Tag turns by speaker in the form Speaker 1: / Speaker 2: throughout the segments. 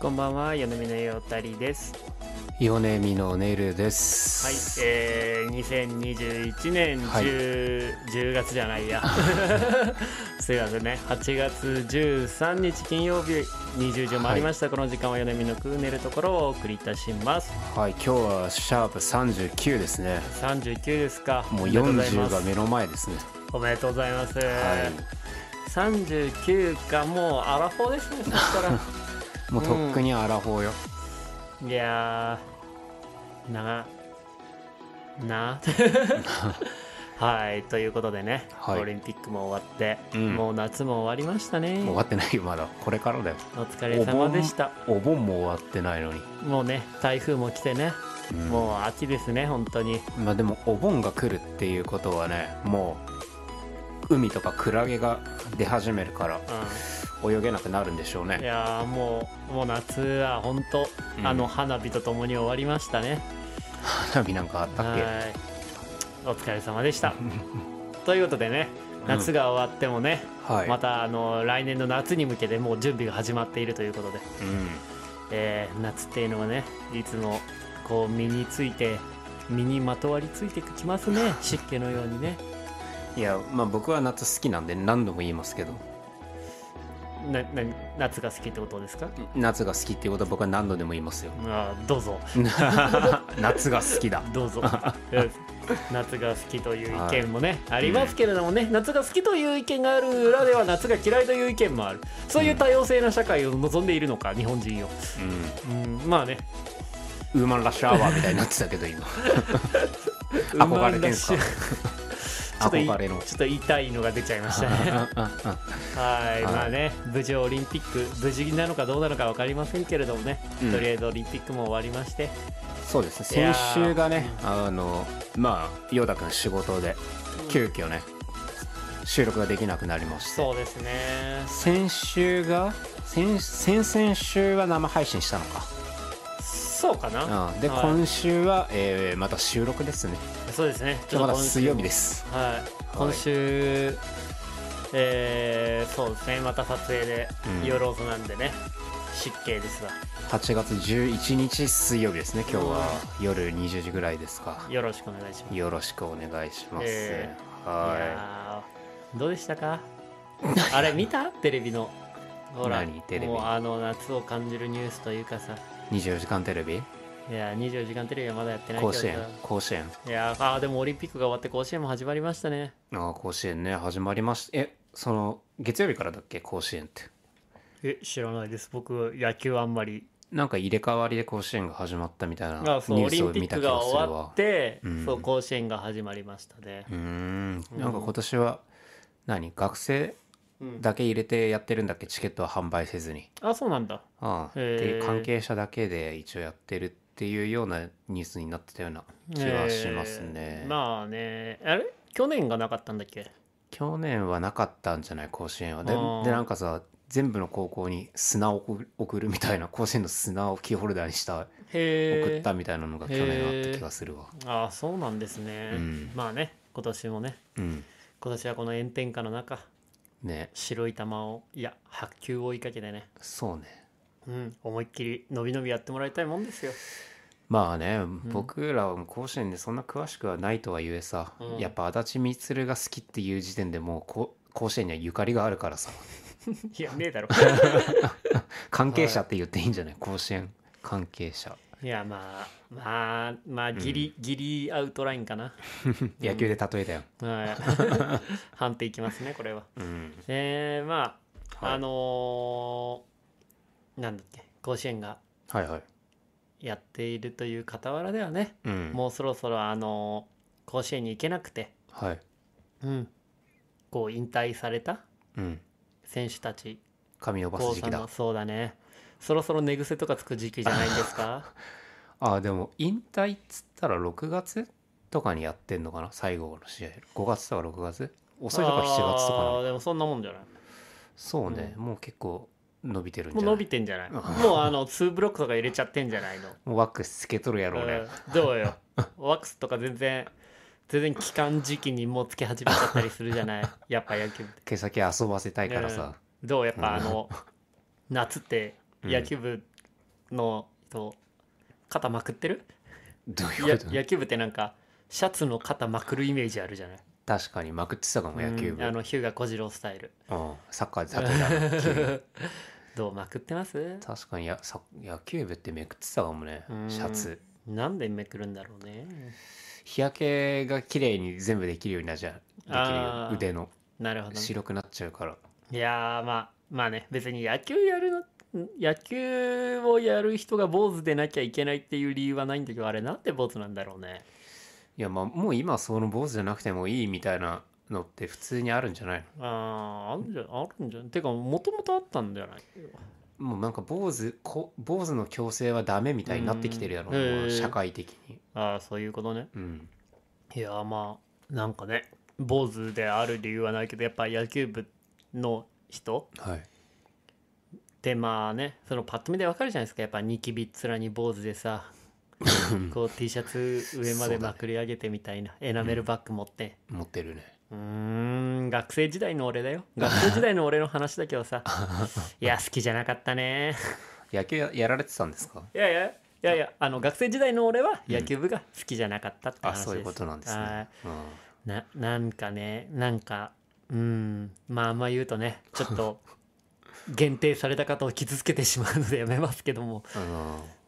Speaker 1: こんばんは、よのみのよたりです。
Speaker 2: 米見のネルで
Speaker 1: はい
Speaker 2: す。、
Speaker 1: えー、2021年 10,、
Speaker 2: はい
Speaker 1: 10月じゃないや。 すいませんね、8月13日金曜日20時を回りました。この時間はよのみのくうねるところをお送りいたします。
Speaker 2: はい、今日はシャープ三十九ですね。
Speaker 1: 39ですか。
Speaker 2: も
Speaker 1: お
Speaker 2: う
Speaker 1: めでと
Speaker 2: 四
Speaker 1: ござい
Speaker 2: 十
Speaker 1: ます
Speaker 2: が目の前ですね。
Speaker 1: おめでとうございます。
Speaker 2: は
Speaker 1: 39かもうアラフォーですね。そしたら。
Speaker 2: い、もうとっくにアラフォーよ。
Speaker 1: いやーな なはいということでね、
Speaker 2: はい
Speaker 1: オリンピックも終わって、
Speaker 2: うん
Speaker 1: もう夏も終わりましたね
Speaker 2: もう終わってないよ、まだ、これからだよ。
Speaker 1: お疲れ様でした
Speaker 2: お盆も終わってないのに。
Speaker 1: もうね台風も来てね、
Speaker 2: うん
Speaker 1: もう秋ですね本当に
Speaker 2: まあ、でも、お盆が来るっていうことはね、もう。海とかクラゲが出始めるから、泳げなくなるんでしょう
Speaker 1: うんい
Speaker 2: ね。
Speaker 1: やーもうもう夏は本当、
Speaker 2: うん
Speaker 1: あの花火とともに終わりましたね
Speaker 2: 花火なんかあったっけ。
Speaker 1: はいお疲れ様で したということでね夏が終わってもね、
Speaker 2: はい。
Speaker 1: またあの来年の夏に向けてもう準備が始まっているということで、
Speaker 2: うん。
Speaker 1: えー夏っていうのはねいつもこう身について身にまとわりついてきますね湿気のようにね
Speaker 2: いや、まあ、僕は夏好きなんで、何度も言いますけど。
Speaker 1: なな夏が好きってことですか
Speaker 2: 夏が好きっていうことは僕は何度でも言いますよ
Speaker 1: あーどうぞ
Speaker 2: 夏が好きだ
Speaker 1: どう ぞうん夏が好きという意見もね、ありますけれどもね、夏が好きという意見がある裏では夏が嫌いという意見もあるそういう多様性な社会を望んでいるのか日本人を、うん、まあね
Speaker 2: うんウーマンラッシュアワーみたいになってたけ ど今
Speaker 1: ウー
Speaker 2: 憧れてんすか
Speaker 1: マンラッシュちょっとい
Speaker 2: 憧れの
Speaker 1: ちょっと痛いのが出ちゃいました ねはい、まあね無事オリンピック無事なのかどうなのか分かりませんけれどもね、
Speaker 2: うん
Speaker 1: とりあえずオリンピックも終わりまして
Speaker 2: そうですね
Speaker 1: いや
Speaker 2: 先
Speaker 1: ー
Speaker 2: 週がねあのまあヨダ君仕事で急遽ね収録ができなくなりまして
Speaker 1: そうですね
Speaker 2: 先週が先先々週は生配信したの
Speaker 1: そうかな、
Speaker 2: か、うん、で、
Speaker 1: はい
Speaker 2: 今週は、えーまた収録ですね
Speaker 1: そうですね
Speaker 2: まだ
Speaker 1: 今週
Speaker 2: 水曜日です
Speaker 1: はい今週、えーそうですねまた撮影で
Speaker 2: うん
Speaker 1: 夜遅なんでね、失敬ですわ
Speaker 2: 8月11日水曜日ですね今日は夜20時ぐらいですか
Speaker 1: よろしくお願いします
Speaker 2: よろしくお願いします、
Speaker 1: えい
Speaker 2: は
Speaker 1: やーどうでした かあれ見たテレビのほら
Speaker 2: 何テレビ
Speaker 1: もうあの夏を感じるニュースというかさ
Speaker 2: い24時間テレビ
Speaker 1: いやー24時間テレビはまだやってないけ
Speaker 2: 甲
Speaker 1: ど
Speaker 2: 子
Speaker 1: さ
Speaker 2: 園甲子園
Speaker 1: いやーあーでもオリンピックが終わって甲子園も始まりましたね
Speaker 2: ああ甲子園ね始まりましたえその月曜日からだっけ甲子園って
Speaker 1: え知らないです僕野球あんまり
Speaker 2: なんか入れ替わりで甲子園が始まったみたいなニ
Speaker 1: あ
Speaker 2: ュ
Speaker 1: そうオ
Speaker 2: ー
Speaker 1: リ
Speaker 2: スを
Speaker 1: ンピ
Speaker 2: 見
Speaker 1: ッ
Speaker 2: た
Speaker 1: ク
Speaker 2: 気がする
Speaker 1: が
Speaker 2: わ
Speaker 1: 終わって、
Speaker 2: うん
Speaker 1: そう甲子園が始まりましたね
Speaker 2: うーんなんか今年は何学生
Speaker 1: うん
Speaker 2: だけ入れてやってるんだっけチケットは販売せずに
Speaker 1: あそうなんだ
Speaker 2: ああ
Speaker 1: へ
Speaker 2: で
Speaker 1: え
Speaker 2: 関係者だけで一応やってるっていうようなニュースになってたような気はしますね、
Speaker 1: えーまあねあれ去年がなかったんだっけ
Speaker 2: 去年はなかったんじゃない甲子園はで
Speaker 1: あー
Speaker 2: でなんかさ全部の高校に砂を送る送るみたいな甲子園の砂をキーホルダーにした
Speaker 1: へ
Speaker 2: 送
Speaker 1: え
Speaker 2: ったみたいなのが去年あった気がするわ、
Speaker 1: ああそうなんですね、
Speaker 2: うん
Speaker 1: まあね今年もね
Speaker 2: うん
Speaker 1: 今年はこの炎天下の中
Speaker 2: ね
Speaker 1: 白い球をいや白球を追いかけてね、
Speaker 2: そうね
Speaker 1: うん、思いっきり伸び伸びやってもらいたいもんですよ
Speaker 2: まあね、僕らは甲子園でそんな詳しくはないとはいえさ、
Speaker 1: うん
Speaker 2: やっぱ足立満が好きっていう時点でもうこ甲子園にはゆかりがあるからさ
Speaker 1: いやねえだろ
Speaker 2: 関係者って言っていいんじゃない、甲子園関係者
Speaker 1: いやまあまあまあギリ、ギリアウトラインかな、
Speaker 2: 野球で例えたよ、
Speaker 1: はい判定いきますねこれは
Speaker 2: うん
Speaker 1: えー、まあ、
Speaker 2: はい
Speaker 1: あのーなんだっけ甲子園が
Speaker 2: はいはい、
Speaker 1: やっているという傍らではね、
Speaker 2: うん、
Speaker 1: もうそろそろあのー甲子園に行けなくて
Speaker 2: はい、
Speaker 1: うん、こう引退された
Speaker 2: うん、
Speaker 1: 選手たち、
Speaker 2: 髪伸ば
Speaker 1: 高
Speaker 2: す時
Speaker 1: さ
Speaker 2: 期
Speaker 1: ん
Speaker 2: だ
Speaker 1: のそうだね、そろそろ寝癖とかつく時期じゃないですか。
Speaker 2: ああでも引退っつったら6月とかにやってんのかな最後の試合5月とか6月 遅いとか7月とか
Speaker 1: あ
Speaker 2: な
Speaker 1: ーでもそんなもんじゃない。
Speaker 2: そうね、
Speaker 1: う
Speaker 2: もう結構伸びてるんじ
Speaker 1: も
Speaker 2: ゃ
Speaker 1: う
Speaker 2: ない
Speaker 1: 伸
Speaker 2: も
Speaker 1: びてんじゃない。
Speaker 2: うん
Speaker 1: もうあの2ブロックとか入れちゃってんじゃ ないの。
Speaker 2: うワックスつけとるやろうね、
Speaker 1: うんどうよ。 ワックスとか全然、全然期間時期にもうつけ始めちゃったりするじゃない。 やっぱ野球部って
Speaker 2: 毛先遊ばせたいからさ、
Speaker 1: どうやっぱあの、夏って野球部の人肩まくってる
Speaker 2: どうい
Speaker 1: や
Speaker 2: うこと
Speaker 1: 野球部ってなんかシャツの肩まくるイメージあるじゃない
Speaker 2: 確かにまくってたかも野球部、
Speaker 1: うんあ
Speaker 2: うん
Speaker 1: の日向小次郎スタイル
Speaker 2: サッカーで例えたな急に
Speaker 1: どうまくってます
Speaker 2: 確かにやさ野球部ってめくってたかもね
Speaker 1: うん
Speaker 2: シャツ
Speaker 1: なんでめくるんだろうね
Speaker 2: 日焼けが綺麗に全部できるようになっちゃうできる
Speaker 1: あ
Speaker 2: よ
Speaker 1: ー
Speaker 2: 腕の
Speaker 1: なるほどね
Speaker 2: 白くなっちゃうから
Speaker 1: いやーまあまあね別に野球やるのん野球をやる人が坊主でなきゃいけないっていう理由はないんだけどあれなんで坊主なんだろうね
Speaker 2: いやまあもう今はその坊主じゃなくてもいいみたいなのって普通にあるんじゃない
Speaker 1: あーあるんじゃあるんじゃんてかもともとあったんじゃない
Speaker 2: のもうなんか坊主こ坊主の強制はダメみたいになってきてるやろ
Speaker 1: うん
Speaker 2: もう
Speaker 1: へー
Speaker 2: 社会的に
Speaker 1: ああそういうことね
Speaker 2: うん
Speaker 1: いやーまあなんかね坊主である理由はないけどやっぱ野球部の人
Speaker 2: はい
Speaker 1: ってまあねそのパッと見でわかるじゃないですかやっぱニキビっ面に坊主で さこう T シャツ上までまくり上げてみたいな、エナメルバッグ持って。
Speaker 2: 持ってるね
Speaker 1: うーん学生時代の俺だよ学生時代の俺の話だけど さいや好きじゃなかったね
Speaker 2: 野球ややられてたんですか
Speaker 1: いやいやいやいやあの学生時代の俺は野球部が好きじゃなかったって話
Speaker 2: あ
Speaker 1: です、
Speaker 2: そういうことなんです
Speaker 1: は
Speaker 2: ね
Speaker 1: い、ななんかねなんかうんまああんま言うとねちょっ と限定された方を傷つけてしまうのでやめますけども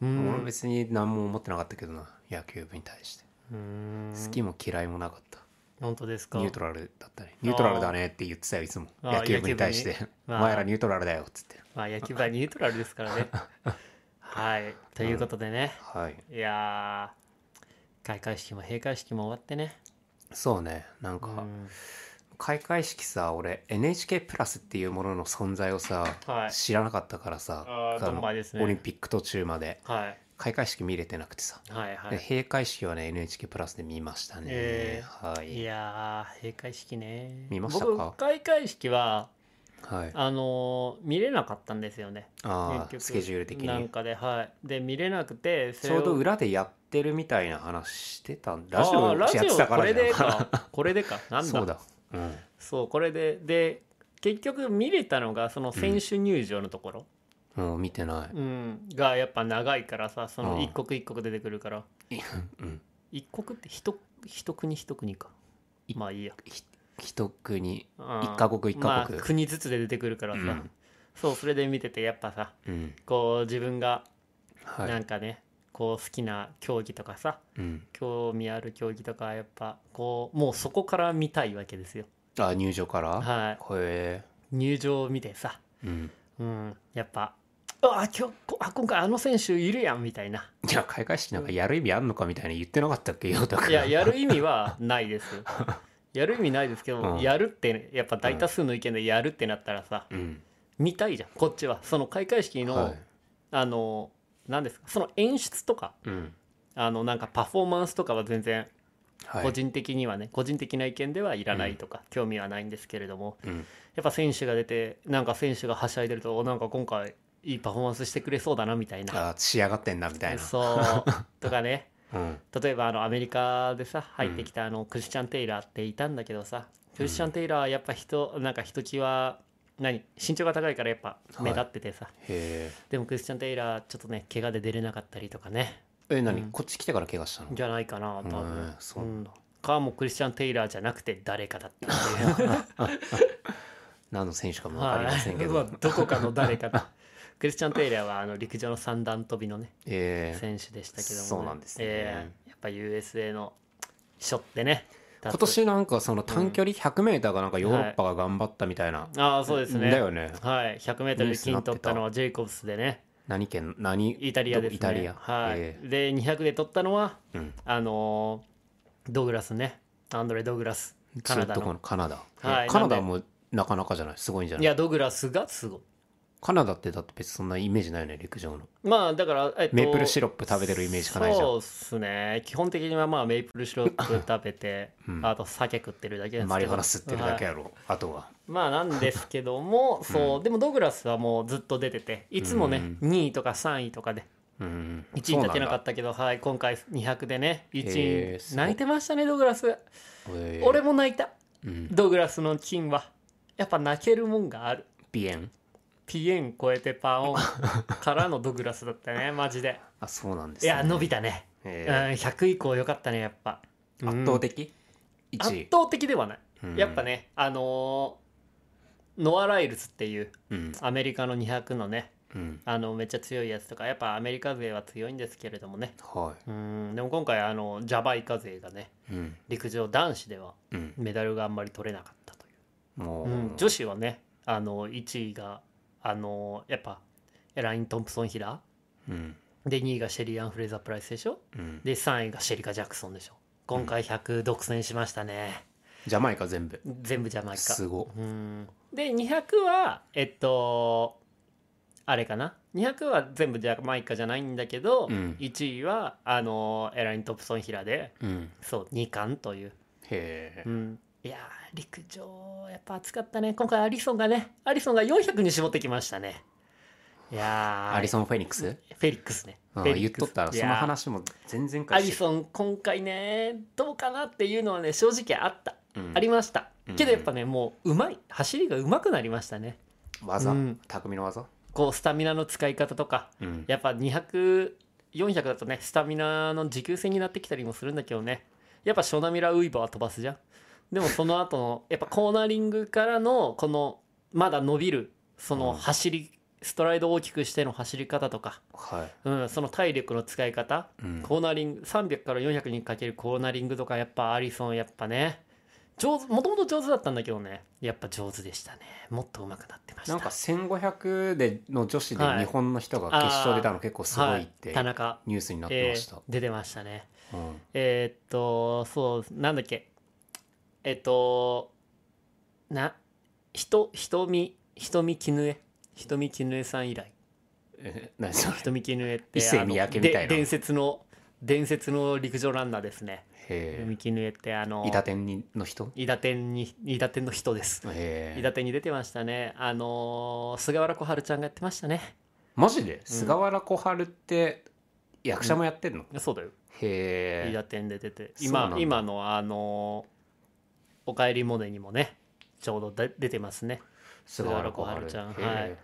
Speaker 2: う、
Speaker 1: うんん
Speaker 2: 俺別に何も思ってなかったけどな野球部に対して
Speaker 1: うーん
Speaker 2: 好きも嫌いもなかった
Speaker 1: 本当ですか
Speaker 2: ニュートラルだったねニュートラルだねって言ってたよいつも
Speaker 1: あー
Speaker 2: 野球部に対して
Speaker 1: 野球 部に
Speaker 2: 「お
Speaker 1: まあ
Speaker 2: 前らニュートラルだよ」っつって
Speaker 1: まあ野球部はニュートラルです からねはいということでね、
Speaker 2: はい
Speaker 1: いやー開会式も閉会式も終わってね
Speaker 2: そうねなんか、
Speaker 1: うん
Speaker 2: 開会式さ俺 NHK プラスっていうものの存在をさ、
Speaker 1: はい
Speaker 2: 知らなかったからさ
Speaker 1: あー
Speaker 2: あの
Speaker 1: どんまいですね
Speaker 2: オリンピック途中まで
Speaker 1: はい
Speaker 2: 開会式見れてなくてさ、
Speaker 1: はいは
Speaker 2: で
Speaker 1: い
Speaker 2: 閉会式はね NHK プラスで見ましたね、
Speaker 1: え
Speaker 2: はいい、
Speaker 1: やー閉会式ね
Speaker 2: 見ましたか
Speaker 1: 僕開会式は
Speaker 2: はい、
Speaker 1: あのー見れなかったんですよね
Speaker 2: あ
Speaker 1: 結
Speaker 2: あ
Speaker 1: 局
Speaker 2: スケジュール的
Speaker 1: なん
Speaker 2: に
Speaker 1: かではいで見れなくてそ
Speaker 2: ち
Speaker 1: れ
Speaker 2: ょ
Speaker 1: を
Speaker 2: うど裏でやってるみたいな話してたんラジ
Speaker 1: あ
Speaker 2: オ
Speaker 1: ーラジ
Speaker 2: やって
Speaker 1: オ
Speaker 2: たか
Speaker 1: こ
Speaker 2: ら
Speaker 1: れ
Speaker 2: じゃ
Speaker 1: で
Speaker 2: ん
Speaker 1: かこれでかなんだ
Speaker 2: そうだ、うん、
Speaker 1: そうこれでで結局見れたのがその選手入場のところ、
Speaker 2: もう見てない、
Speaker 1: うんがやっぱ長いからさそ
Speaker 2: あ
Speaker 1: の
Speaker 2: ー
Speaker 1: 一国一国出てくるから
Speaker 2: うん、
Speaker 1: 一国って一一国一国か
Speaker 2: い
Speaker 1: まあいいや
Speaker 2: ひ一国
Speaker 1: うん
Speaker 2: 一カ国一カ国
Speaker 1: まあ、国ずつで出てくるからさ、
Speaker 2: うん
Speaker 1: そうそれで見ててやっぱさ
Speaker 2: うん
Speaker 1: こう自分が
Speaker 2: は
Speaker 1: ないんかね、こう好きな競技とかさ
Speaker 2: うん、
Speaker 1: 興味ある競技とかはやっぱこうもうそこから見たいわけですよ
Speaker 2: あ入場からい
Speaker 1: は
Speaker 2: へ
Speaker 1: い入場を見てさ
Speaker 2: えうん
Speaker 1: うんやっぱ「あ今日こあ今回あの選手いるやん」みたいな
Speaker 2: いや開会式なんかやる意味あんのかみたいに言ってなかったっけよだから
Speaker 1: い ややる意味はないですよやる意味ないですけど、
Speaker 2: うん
Speaker 1: やるって、やっぱ大多数の意見でやるってなったらさ、
Speaker 2: うん
Speaker 1: 見たいじゃんこっちはその開会式の、
Speaker 2: はい
Speaker 1: あの何ですかその演出とか
Speaker 2: うん
Speaker 1: あのなんかパフォーマンスとかは全然
Speaker 2: はい
Speaker 1: 個人的にはね、個人的な意見ではいらないとか、興味はないんですけれども
Speaker 2: うん
Speaker 1: やっぱ選手が出てなんか選手がはしゃいでるとおなんか今回いいパフォーマンスしてくれそうだなみたいな
Speaker 2: あ仕上がってんなみたいな
Speaker 1: そうとかね
Speaker 2: うん
Speaker 1: 例えばあのアメリカでさ入ってきたあのクリスチャン・テイラーっていたんだけどさ、クリスチャン・テイラーはやっぱ人なんかひときわ何身長が高いからやっぱ目立っててさ、
Speaker 2: へ
Speaker 1: でもクリスチャン・テイラーちょっとね怪我で出れなかったりとかね
Speaker 2: ええ何こっち来てから怪我したの
Speaker 1: じゃないかな多
Speaker 2: う
Speaker 1: 分
Speaker 2: んそう
Speaker 1: うんかもうクリスチャン・テイラーじゃなくて誰かだったって いう
Speaker 2: 何の選手かも分かりませんけど
Speaker 1: はいどこかの誰かだ クリスチャン・テイラーはあの陸上の三段跳びのね
Speaker 2: ええ
Speaker 1: 選手でしたけども、
Speaker 2: そうなんですね
Speaker 1: ええやっぱ USA のショってね
Speaker 2: 今年なんかその短距離 100m がなんかヨーロッパが頑張ったみたいな
Speaker 1: ああそうですね
Speaker 2: だよね
Speaker 1: はい 100m
Speaker 2: ニュー
Speaker 1: で
Speaker 2: スに
Speaker 1: 金
Speaker 2: なってた
Speaker 1: 取ったのはジェイコブスでね
Speaker 2: 何県何
Speaker 1: イタリアですね
Speaker 2: イタリア
Speaker 1: はい、
Speaker 2: ええ
Speaker 1: で200で取ったのは
Speaker 2: うん
Speaker 1: あのードグラスねアンドレ・ドグラスカナダ
Speaker 2: ずっとこ
Speaker 1: の
Speaker 2: のカナダ、
Speaker 1: はい
Speaker 2: えカナダ
Speaker 1: なん
Speaker 2: もなかなかじゃないすごいんじゃない
Speaker 1: いやドグラスがすごい
Speaker 2: カナダってだって別にそんなイメージないよね陸上の
Speaker 1: まあだから、えっと、
Speaker 2: メープルシ
Speaker 1: ロ
Speaker 2: ロップ食べてるイメージしかないじゃ
Speaker 1: そうっすね基本的にはまあメープルシロップ食べて、
Speaker 2: うん
Speaker 1: あと酒食ってるだけですけど
Speaker 2: んマリファナ吸ってるだけ
Speaker 1: はい
Speaker 2: やろ、あとは
Speaker 1: まあなんですけどもそう、でもドグラスはもうずっと出てていつもね、
Speaker 2: うん
Speaker 1: 2位とか3位とかで
Speaker 2: うん
Speaker 1: 1位に立てなか
Speaker 2: た
Speaker 1: ったけどはい今回200でね
Speaker 2: へ
Speaker 1: 1
Speaker 2: ーす
Speaker 1: 位
Speaker 2: ごい
Speaker 1: 泣いてましたねドグラス、俺も泣いた
Speaker 2: うん
Speaker 1: ドグラスの金はやっぱ泣けるもんがある
Speaker 2: 鼻炎
Speaker 1: ピエン超えてパ オンからのドグラスだったねマジで
Speaker 2: あそうなんです、
Speaker 1: い
Speaker 2: ね、
Speaker 1: や伸びたね、うん、
Speaker 2: え
Speaker 1: 100以降良かったねやっぱ
Speaker 2: ー圧倒的
Speaker 1: うん圧
Speaker 2: 1位
Speaker 1: 倒的ではない
Speaker 2: うん
Speaker 1: やっぱねあのーノア・ライルズっていう
Speaker 2: うん
Speaker 1: アメリカの200のね
Speaker 2: うん
Speaker 1: あのめっちゃ強いやつとかやっぱアメリカ勢は強いんですけれどもね
Speaker 2: は
Speaker 1: うんでも今回あのジャマイカ勢がね
Speaker 2: いうん
Speaker 1: 陸上男子では
Speaker 2: うん
Speaker 1: メダルがあんまり取れなかったという
Speaker 2: も
Speaker 1: う
Speaker 2: う、
Speaker 1: ん、女子はねあの1位があのやっぱエライン・トンプソン・ヒラ
Speaker 2: うん
Speaker 1: ーで2位がシェリーアン・フレイザー・プライスでしょ
Speaker 2: うん
Speaker 1: で3位がシェリカ・ジャクソンでしょ今回100独占しましたね、
Speaker 2: ジャマイカ全部
Speaker 1: 全部ジャマイカ
Speaker 2: すご
Speaker 1: うんで200はえっとあれかな200は全部ジャマイカじゃないんだけど、
Speaker 2: うん
Speaker 1: 1位はあのエライン・トンプソン・ヒラーで
Speaker 2: うん
Speaker 1: そう2冠という
Speaker 2: へえ
Speaker 1: うん、いやー陸上やっぱ暑かったね今回アリソンがねアリソンが400に絞ってきましたねいやー
Speaker 2: アリソン・フェニックス
Speaker 1: フェリックスね
Speaker 2: う
Speaker 1: フ
Speaker 2: ん
Speaker 1: ェリ
Speaker 2: 言っ
Speaker 1: ック
Speaker 2: と
Speaker 1: ス
Speaker 2: ったら
Speaker 1: い
Speaker 2: そ
Speaker 1: やー
Speaker 2: の話も全然
Speaker 1: アリソン今回ねどうかなっていうのはね正直あった、ありました
Speaker 2: うん
Speaker 1: けどやっぱねもううまい走りがうまくなりましたね
Speaker 2: 技
Speaker 1: うん
Speaker 2: 匠の技
Speaker 1: こうスタミナの使い方とか
Speaker 2: うん
Speaker 1: やっぱ200400だとねスタミナの持久戦になってきたりもするんだけどねやっぱショナミラウイバーは飛ばすじゃんでもその後のやっぱコーナリングからのこのまだ伸びるその
Speaker 2: うん
Speaker 1: 走り、ストライドを大きくしての走り方とか、
Speaker 2: はい
Speaker 1: うん、その体力の使い方、
Speaker 2: うん
Speaker 1: コーナリング300から400にかけるコーナリングとかやっぱアリソンやっぱね上手もともと上手だったんだけどねやっぱ上手でしたねもっと上手くなってました
Speaker 2: なんか1500での女子で
Speaker 1: はい
Speaker 2: 日本の人が決勝出たの結構すごいっ
Speaker 1: は
Speaker 2: て
Speaker 1: い、田中、
Speaker 2: ニュースになってまし
Speaker 1: え
Speaker 2: た
Speaker 1: ー出てましたね
Speaker 2: うん
Speaker 1: えーっとそうなんだっけえっとな人瞳瞳絹枝瞳絹枝さん以来
Speaker 2: え 何それ
Speaker 1: 瞳絹枝って
Speaker 2: 伊勢三宅みたいな
Speaker 1: あので伝説の伝説の陸上ランナーですね
Speaker 2: へ
Speaker 1: 瞳絹枝ってあの
Speaker 2: え伊達天の人
Speaker 1: 伊達天に伊達天の人です
Speaker 2: へ
Speaker 1: 伊
Speaker 2: え
Speaker 1: 達天に出てましたねあのー菅原小春ちゃんがやってましたね
Speaker 2: マジで菅原小春って役者もやってんの
Speaker 1: そうだよ伊
Speaker 2: へえ
Speaker 1: 達天で出て
Speaker 2: そうなん
Speaker 1: 今
Speaker 2: だ
Speaker 1: 今のあのーおかえりモネ」にもねちょうど出出てますね
Speaker 2: 菅原小
Speaker 1: 菅
Speaker 2: 春
Speaker 1: 原小春ち
Speaker 2: へ
Speaker 1: ゃんはい
Speaker 2: え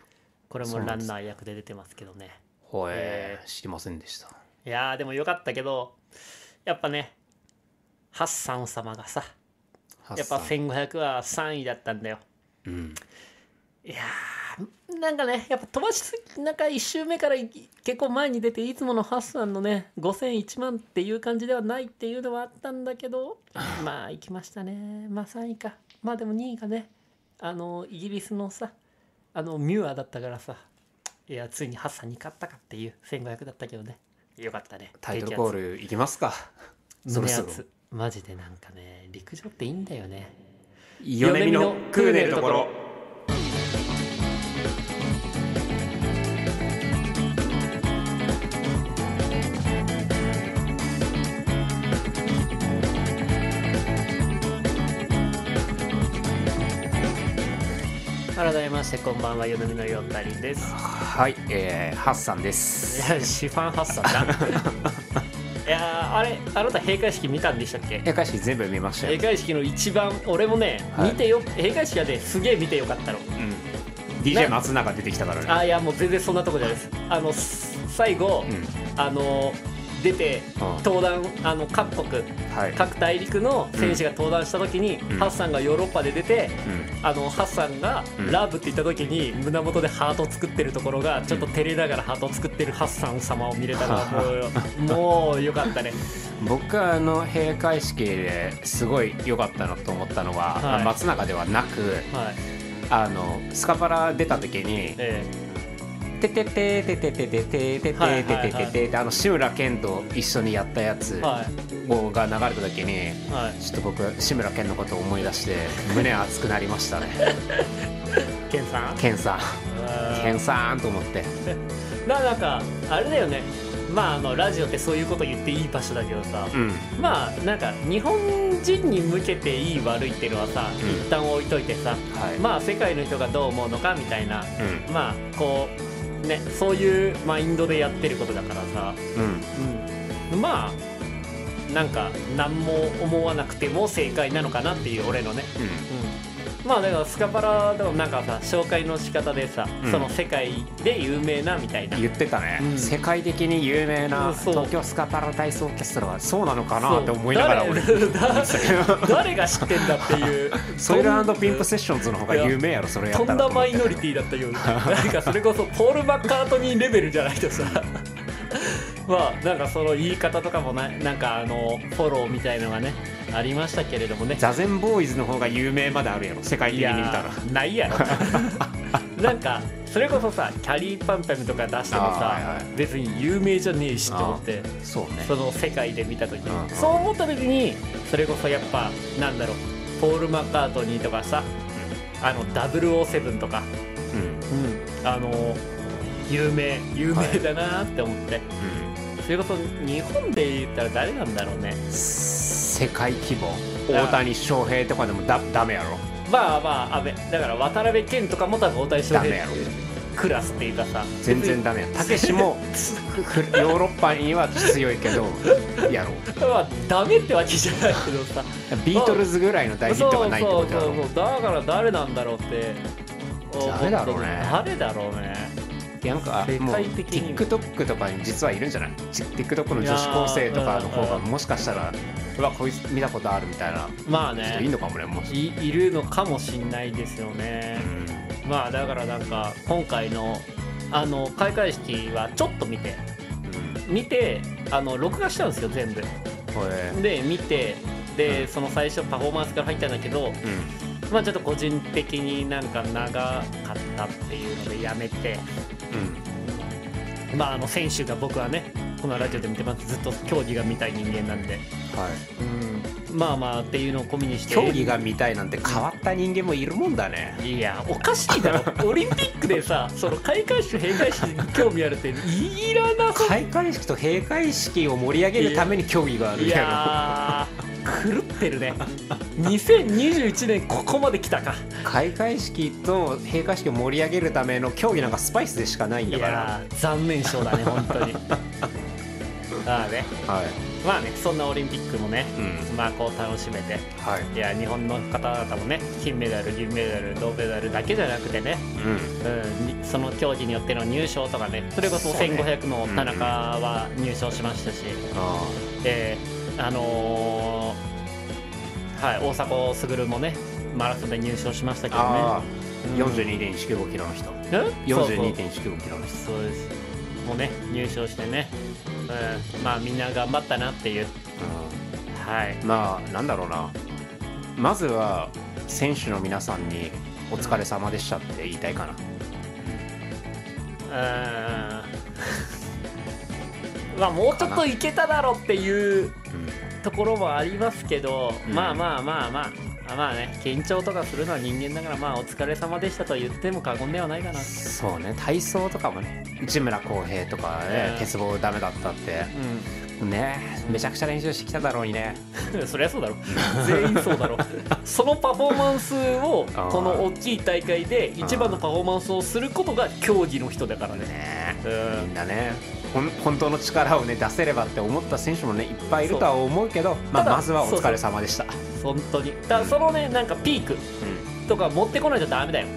Speaker 1: これ
Speaker 2: そ
Speaker 1: も
Speaker 2: う
Speaker 1: ラ
Speaker 2: なんで
Speaker 1: ン
Speaker 2: す
Speaker 1: ナー役で出てますけどね
Speaker 2: ほえ
Speaker 1: え
Speaker 2: 知りませんでした
Speaker 1: いやーでもよかったけどやっぱねハッサン様がさやっぱ
Speaker 2: ハッサン
Speaker 1: 1500は3位だったんだよ
Speaker 2: うん
Speaker 1: いやーなんかねやっぱ飛ばしすぎなんか1周目からい結構前に出ていつものハッサンのね50001万っていう感じではないっていうのはあったんだけ どまあ行きましたねまあ3位かまあでも2位がねあのイギリスのさあのミュアだったからさいやついにハッサンに勝ったかっていう1500だったけどねよかったね
Speaker 2: タイトルコー
Speaker 1: ル
Speaker 2: ルいきますかそろ
Speaker 1: 胸
Speaker 2: そろ
Speaker 1: 熱マジでなんかね陸上っていいんだよね
Speaker 2: 米見のクーネルところ
Speaker 1: 改めましてこんばんは米みのよったりです
Speaker 2: はい、えー、ハッサンで
Speaker 1: い
Speaker 2: す。
Speaker 1: やシファンハッ サンだいやーあれあなた閉会式見たんでしたっけ
Speaker 2: 閉会式全部見ました
Speaker 1: 閉
Speaker 2: よ。
Speaker 1: 会式の一番俺もね、
Speaker 2: はい
Speaker 1: 見てよ閉会式はねすげえ見てよかったの
Speaker 2: うん。
Speaker 1: ね
Speaker 2: DJ 松永出てきたからね。
Speaker 1: あーいやもう全然そんなとこじゃないですあのす最後、
Speaker 2: うん。
Speaker 1: あの出て
Speaker 2: あ
Speaker 1: 登壇あの各国
Speaker 2: はい。
Speaker 1: 各大陸の選手が登壇した時に、
Speaker 2: ん
Speaker 1: ハッサンがヨーロッパで出て、
Speaker 2: うん。
Speaker 1: あのハッサンが
Speaker 2: うん
Speaker 1: 「ラブ」って言った時に胸元でハートを作ってるところがちょっと照れながらハートを作ってるハッサン様を見れたのはもうもうよかったね
Speaker 2: 僕はあの閉会式ですごい良かったなと思ったのは、
Speaker 1: はい
Speaker 2: 松永ではなく
Speaker 1: はい
Speaker 2: あのスカパラ出た時に
Speaker 1: え
Speaker 2: 「ててててててててててて
Speaker 1: はいはい
Speaker 2: ててて」あの志村けんと一緒にやったやつ
Speaker 1: えは
Speaker 2: をが流れた時に
Speaker 1: いはい
Speaker 2: ちょっと僕志村けんのことを思い 出して胸熱くなりましたね
Speaker 1: ケンさん
Speaker 2: けんさ んけんさんと思って
Speaker 1: ななんかあれだよねまああのラジオってそういうこと言っていい場所だけどさ
Speaker 2: うん
Speaker 1: まあなんか日本人に向けていい悪いっていうのはさ
Speaker 2: うん
Speaker 1: 一旦置いといてさ
Speaker 2: はい
Speaker 1: まあ世界の人がどう思うのかみたいな
Speaker 2: う
Speaker 1: まあこうねそういうマインドでやってることだからさ
Speaker 2: んうん
Speaker 1: うん、まあなんか何も思わなくても正解なのかなっていう俺のね、
Speaker 2: うん
Speaker 1: うんまあだからスカパラでもなんかさ紹介の仕方でさ、
Speaker 2: うん
Speaker 1: その世界で有名なみたいな
Speaker 2: 言ってたね、
Speaker 1: うん
Speaker 2: 世界的に有名な
Speaker 1: そう
Speaker 2: 東京スカパラダイスオーケストラはそうなのか
Speaker 1: そ
Speaker 2: な
Speaker 1: う
Speaker 2: って思いながら俺
Speaker 1: 誰誰が知ってんだっていう
Speaker 2: ソイルピンプセッションズの方が有名やろそれや
Speaker 1: と
Speaker 2: っ
Speaker 1: ん
Speaker 2: たら
Speaker 1: だ
Speaker 2: と思っ
Speaker 1: マ
Speaker 2: て
Speaker 1: イノリティだった ようななんかそれこそポール・マッカートニーレベルじゃないとさ まあなんかその言い方とかもななんかあのフォローみたいのがねありましたけれどもね
Speaker 2: ザゼンボーイズの方が有名まであるやろ世界
Speaker 1: い
Speaker 2: 的に見たら
Speaker 1: やーない やろなんかそれこそさキャリーパンパムとか出してもさ、
Speaker 2: あーはいはい
Speaker 1: 別に有名じゃねえしと思って
Speaker 2: そうね
Speaker 1: その世界で見た時
Speaker 2: うんうん
Speaker 1: そう思った時にそれこそやっぱなんだろうポール・マッカートニーとかさあの007とか、
Speaker 2: うんうん
Speaker 1: あの有名有名だなって思って、それこそ日本で言ったら誰なんだろうね
Speaker 2: 世界規模
Speaker 1: あ
Speaker 2: 大谷翔平とかでもだダメやろ
Speaker 1: まあまあ安倍だから渡辺謙とかも多分大谷翔
Speaker 2: ダメや
Speaker 1: 平
Speaker 2: ろ
Speaker 1: クラスっていうかさ
Speaker 2: 全然ダメ やたけしもくヨーロッパには強いけどやろ
Speaker 1: まあ、ダメってわけじゃないけどさ
Speaker 2: ビートルズぐらいの大ヒットがないってことや
Speaker 1: そうそう
Speaker 2: ろ
Speaker 1: そうだから誰なんだろうって
Speaker 2: 誰だろうね
Speaker 1: 誰だろうね
Speaker 2: いやなんか
Speaker 1: 世
Speaker 2: もう
Speaker 1: 界的に
Speaker 2: TikTok とかに実はいるんじゃないち ?TikTok の女子高生とかの方
Speaker 1: いやー
Speaker 2: が
Speaker 1: うん
Speaker 2: もしかしたらうわこいつ見たことあるみたいな
Speaker 1: まあ
Speaker 2: 人いい
Speaker 1: ね
Speaker 2: のかもねもし、
Speaker 1: いいるのかもしんないですよね
Speaker 2: うん
Speaker 1: まあだからなんか今回のあの開会式はちょっと見て
Speaker 2: うん
Speaker 1: 見てあの録画したんですよ全部
Speaker 2: これ
Speaker 1: で見てで、
Speaker 2: うん
Speaker 1: その最初パフォーマンスから入ったんだけど
Speaker 2: うん
Speaker 1: まあちょっと個人的になんか長かったっていうのでやめてまあ、あの選手が僕はねこのラジオで見てますずっと競技が見たい人間なんで、
Speaker 2: うんはい
Speaker 1: まあまあっていうのを込みにして
Speaker 2: 競技が見たいなんて変わった人間もいるもんだね
Speaker 1: いやおかしいだ ろオリンピックでさその開会式閉会式に興味あるっていらなさ
Speaker 2: 開会式と閉会式を盛り上げるために競技がある
Speaker 1: い
Speaker 2: や
Speaker 1: やー狂ってるね2021年ここまで来たか
Speaker 2: ろ開会式と閉会式を盛り上げるための競技なんかスパイスでしかないん
Speaker 1: い
Speaker 2: だから
Speaker 1: やー残念賞だね本 当にまあね
Speaker 2: はい
Speaker 1: まあねそんなオリンピックもね
Speaker 2: うん
Speaker 1: まあこう楽しめて
Speaker 2: はい
Speaker 1: いや日本の方々もね金メダル銀メダル銅メダルだけじゃなくてね、
Speaker 2: うん
Speaker 1: うん、にその競技によっての入賞とかねそれこそ
Speaker 2: そうね
Speaker 1: 1500の田中は入賞しましたし、
Speaker 2: あ
Speaker 1: えーあのーはい大迫傑もねマラソンで入賞しましたけどね
Speaker 2: あー42.195キロの人
Speaker 1: うんそうそう
Speaker 2: 42.195キロの人
Speaker 1: そうですもうね入賞してね、うん、まあみんな頑張ったなっていうはい
Speaker 2: まあなんだろうなまずは選手の皆さんにお疲れ様でしたって言いたいかな
Speaker 1: うーん まあもうちょっといけただろっていうところもありますけど、
Speaker 2: うん
Speaker 1: まあまあまあまああまあね緊張とかするのは人間だからまあお疲れ様でしたと言っても過言ではないかな
Speaker 2: そうね体操とかもね内村航平とかね、
Speaker 1: うん
Speaker 2: 鉄棒ダメだったってねめちゃくちゃ練習してきただろうにね
Speaker 1: うん そりゃそうだろ全員そうだ ろそのパフォーマンスを
Speaker 2: あー
Speaker 1: この大きい大会で一番のパフォーマンスをすることが競技の人だからね
Speaker 2: ね
Speaker 1: うん
Speaker 2: みんなねほん本当の力をね出せればって思った選手もねいっぱいいるとは思うけどまあ、
Speaker 1: ただ
Speaker 2: まずはお疲れ様でした
Speaker 1: 本当にだからそのねなんかピークとか持ってこないとダメだよ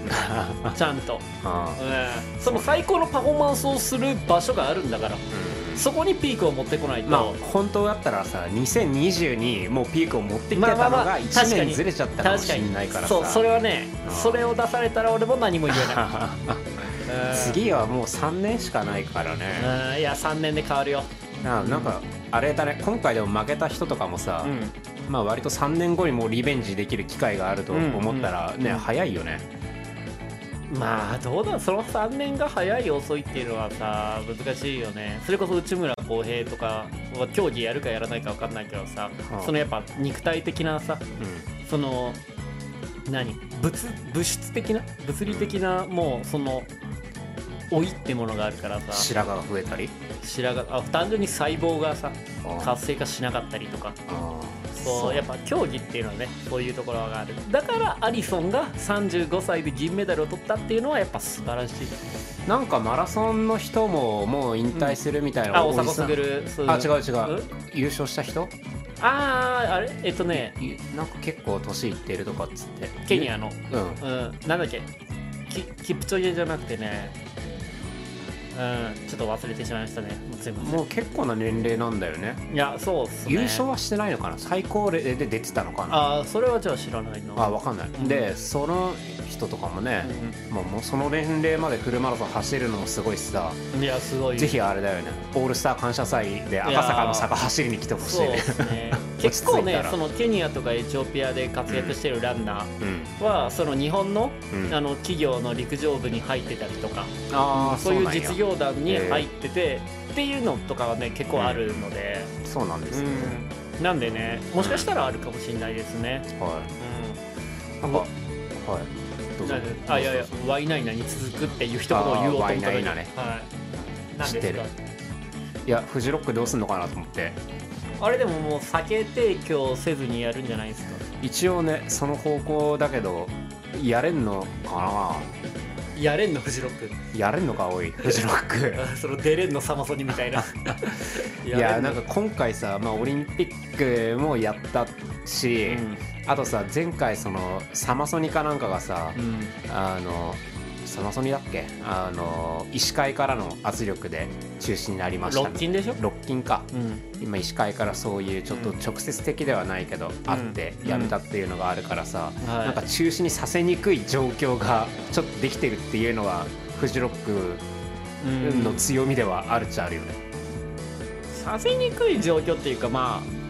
Speaker 1: ちゃんと、
Speaker 2: あ
Speaker 1: うん、その最高のパフォーマンスをする場所があるんだからそこにピークを持ってこないと、
Speaker 2: まあ本当だったらさ2020にもうピークを持ってきてたの
Speaker 1: まあまあまあ
Speaker 2: が1
Speaker 1: 確か
Speaker 2: 年
Speaker 1: に
Speaker 2: ずれちゃったかも
Speaker 1: 確
Speaker 2: し
Speaker 1: か
Speaker 2: れ
Speaker 1: に
Speaker 2: ないからさ
Speaker 1: そうそれはね
Speaker 2: うん
Speaker 1: それを出されたら俺も何も言えな い
Speaker 2: 次はもう3年しかないから
Speaker 1: う
Speaker 2: ね、
Speaker 1: んいや3年で変わるよ
Speaker 2: ななんかあれだね今回でも負けた人とかもさ、
Speaker 1: うん
Speaker 2: まあ割と3年後にもうリベンジできる機会があると思ったらね、
Speaker 1: うん
Speaker 2: 早いよね
Speaker 1: まあどうだその3年が早い遅いっていうのはさ難しいよねそれこそ内村航平とかは競技やるかやらないか分かんないけどさ、
Speaker 2: うん
Speaker 1: そのやっぱ肉体的なさその何物物質的な物理的なもうその老いってものがあるからさ
Speaker 2: 白髪が増えたり
Speaker 1: 白髪あ単純に細胞がさ活性化しなかったりとかそうやっぱ競技っていうのはねそういうところがあるだからアリソンが35歳で銀メダルを取ったっていうのはやっぱ素晴らしい
Speaker 2: なんかマラソンの人ももう引退するみたいな、
Speaker 1: あ大
Speaker 2: おじさん
Speaker 1: 迫傑そう
Speaker 2: あ違う違う
Speaker 1: うん
Speaker 2: 優勝した人
Speaker 1: あああれえっとね
Speaker 2: いなんか結構年いってるとかっつって
Speaker 1: ケニア
Speaker 2: の
Speaker 1: の
Speaker 2: うん
Speaker 1: うんなんだっけキキプチョゲじゃなくてねうんちょっと忘れてしまいましたねすいませ
Speaker 2: もう結構な年齢なんだよね
Speaker 1: んいやそうっすね
Speaker 2: 優勝はしてないのかな最高齢で出てたのかな
Speaker 1: ああそれはじゃあ知らないな
Speaker 2: あわかんない、
Speaker 1: うん
Speaker 2: でその人とかもね、もうもうその年齢までフルマラソン走るのもすごいしさ、
Speaker 1: うんいやすごい
Speaker 2: ぜひあれだよねオールスター感謝祭で赤坂の坂走りに来てほしい
Speaker 1: そうで
Speaker 2: ね
Speaker 1: す ね
Speaker 2: 落ち
Speaker 1: 結
Speaker 2: 着
Speaker 1: 構
Speaker 2: いた
Speaker 1: ね
Speaker 2: ら
Speaker 1: そのケニアとかエチオピアで活躍してるランナ
Speaker 2: う
Speaker 1: ー
Speaker 2: ん
Speaker 1: は、その日本の,、
Speaker 2: うん
Speaker 1: あの企業の陸上部に入ってたりとか
Speaker 2: ああ
Speaker 1: そういう
Speaker 2: なん
Speaker 1: 実
Speaker 2: や
Speaker 1: 業団に入ってて、っていうのとかはね結構あるので、
Speaker 2: そうなんですね、
Speaker 1: うんなんでねもしかしたらあるかもしれないですね、
Speaker 2: は
Speaker 1: う、
Speaker 2: いなんかはいどうんぞ
Speaker 1: なんであいやいや
Speaker 2: どうぞ
Speaker 1: 「ワイナイナに続く」っていう一言を言おうと思ったのに
Speaker 2: あー Y99 ね
Speaker 1: はい、なん
Speaker 2: 知ってる
Speaker 1: ですか
Speaker 2: いやフジロックどうすんのかなと思って
Speaker 1: あれでももう酒提供せずにやるんじゃないですか
Speaker 2: 一応ねその方向だけどやれんのか
Speaker 1: やれんのフジロック
Speaker 2: なやれんのかおいフジ ロック
Speaker 1: その出れんのサマソニみた いな
Speaker 2: いやなんか今回さ、まあ、オリンピックもやったし、
Speaker 1: うん
Speaker 2: あとさ前回そのサマソニかなんかがさ、
Speaker 1: うん
Speaker 2: あのサマソニだっけあの医師会からの圧力で中止になりました
Speaker 1: ロッキンでしょ
Speaker 2: ロッキンか
Speaker 1: うん
Speaker 2: 今医師会からそういうちょっと
Speaker 1: うん
Speaker 2: 直接的ではないけど、あって
Speaker 1: うん
Speaker 2: やめたっていうのがあるからさ、
Speaker 1: はい
Speaker 2: なんか中止にさせにくい状況がちょっとできてるっていうのはフジロックの強みではあるっちゃあるよね、
Speaker 1: させにくい状況っていうかまあ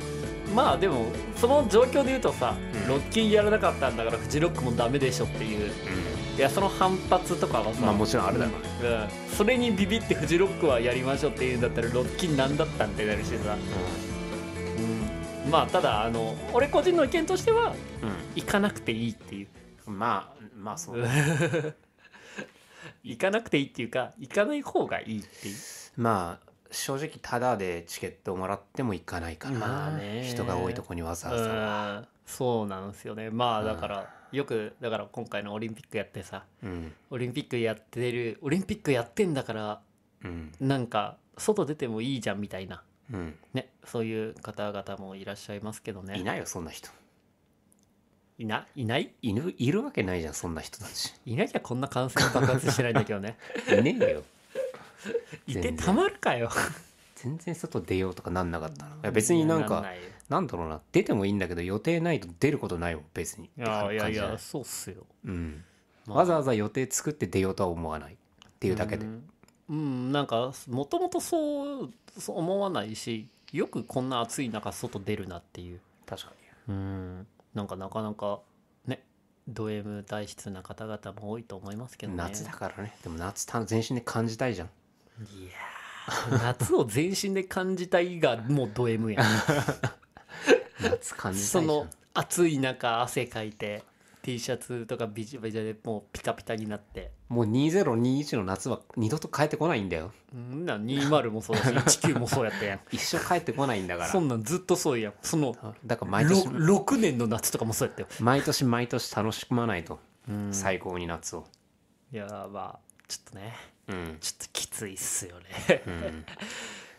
Speaker 1: まあでもその状況で言うとさ、
Speaker 2: うん
Speaker 1: ロッキンやらなかったんだからフジロックもダメでしょっていういやその反発とかはさ、
Speaker 2: まあもちろんあるだろうね、
Speaker 1: うんそれにビビってフジロックはやりましょうっていうんだったらロッキンなんだったんってなるしさ、うん、まあただあの俺個人の意見としては行かなくていいっていう
Speaker 2: うんまあまあそう
Speaker 1: 行かなくていいっていうか行かない方がいいっていう
Speaker 2: まあ正直タダでチケットをもらっても行かないかな、
Speaker 1: まあね
Speaker 2: 人が多いとこにわざわざ、
Speaker 1: うんそうなんですよねまあ
Speaker 2: うん
Speaker 1: だからよくだから今回のオリンピックやってさ
Speaker 2: うん
Speaker 1: オリンピックやってるオリンピックやってんだから
Speaker 2: うん
Speaker 1: なんか外出てもいいじゃんみたいな
Speaker 2: うん、
Speaker 1: ねそういう方々もいらっしゃいますけどね
Speaker 2: いないよそんな人
Speaker 1: いないない
Speaker 2: いるいるわけないじゃんそんな人たち
Speaker 1: いなきゃこんな感染爆発してないんだけどね
Speaker 2: いねえよ
Speaker 1: い
Speaker 2: 全
Speaker 1: て
Speaker 2: 然
Speaker 1: たまるかよ
Speaker 2: 全然外出ようとかなんなかったないや別になん
Speaker 1: いや
Speaker 2: か
Speaker 1: ないよ
Speaker 2: なんだろうな出てもいいんだけど予定ないと出ることないもん別に
Speaker 1: いやいやい
Speaker 2: って感
Speaker 1: や
Speaker 2: じ
Speaker 1: そうっすよ
Speaker 2: だねうん
Speaker 1: まあ
Speaker 2: わざわざ予定作って出ようとは思わないっていうだけで
Speaker 1: んうんなんかもともとそうそう思わないしよくこんな暑い中外出るなっていう
Speaker 2: 確か
Speaker 1: うんなんかなかなかねド M 体質な方々も多いと思いますけどね
Speaker 2: 夏だからねでも夏た全身で感じたいじゃん
Speaker 1: いやー夏を全身で感じたいがもうド M やん
Speaker 2: 夏感じた
Speaker 1: そ
Speaker 2: いじゃん
Speaker 1: の暑い中汗かいて T シャツとかビジョビジョでもうピカピカになって
Speaker 2: もう2021の夏は二度と帰ってこないんだよ
Speaker 1: うんなん20もそうだし19もそうやったやん
Speaker 2: 一生帰ってこないんだか
Speaker 1: そ
Speaker 2: ら
Speaker 1: んなんずっとそうやんその
Speaker 2: だから毎年
Speaker 1: 6年の夏とかもそうやったよ
Speaker 2: 毎年毎年楽しまないと
Speaker 1: うん
Speaker 2: 最高に夏を
Speaker 1: いやーまあちょっとね
Speaker 2: うん
Speaker 1: ちょっときついっすよね
Speaker 2: うん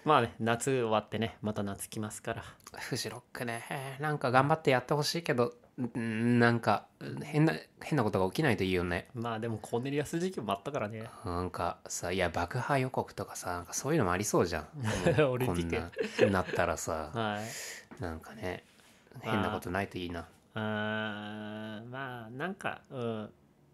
Speaker 1: まあね夏終わってねまた夏来ますから
Speaker 2: フジロックねなんか頑張ってやってほしいけどうんなんか変な変なことが起きないといいよね
Speaker 1: まあでもコーネリアス事件もあったからね
Speaker 2: なんかさいや爆破予告とかさなんかそういうのもありそう じゃん
Speaker 1: オリン
Speaker 2: こ
Speaker 1: ピ
Speaker 2: ん
Speaker 1: ッ
Speaker 2: な
Speaker 1: ク
Speaker 2: なったらさ
Speaker 1: はい
Speaker 2: なんかね変なことないといいな
Speaker 1: うーんまあなんかうん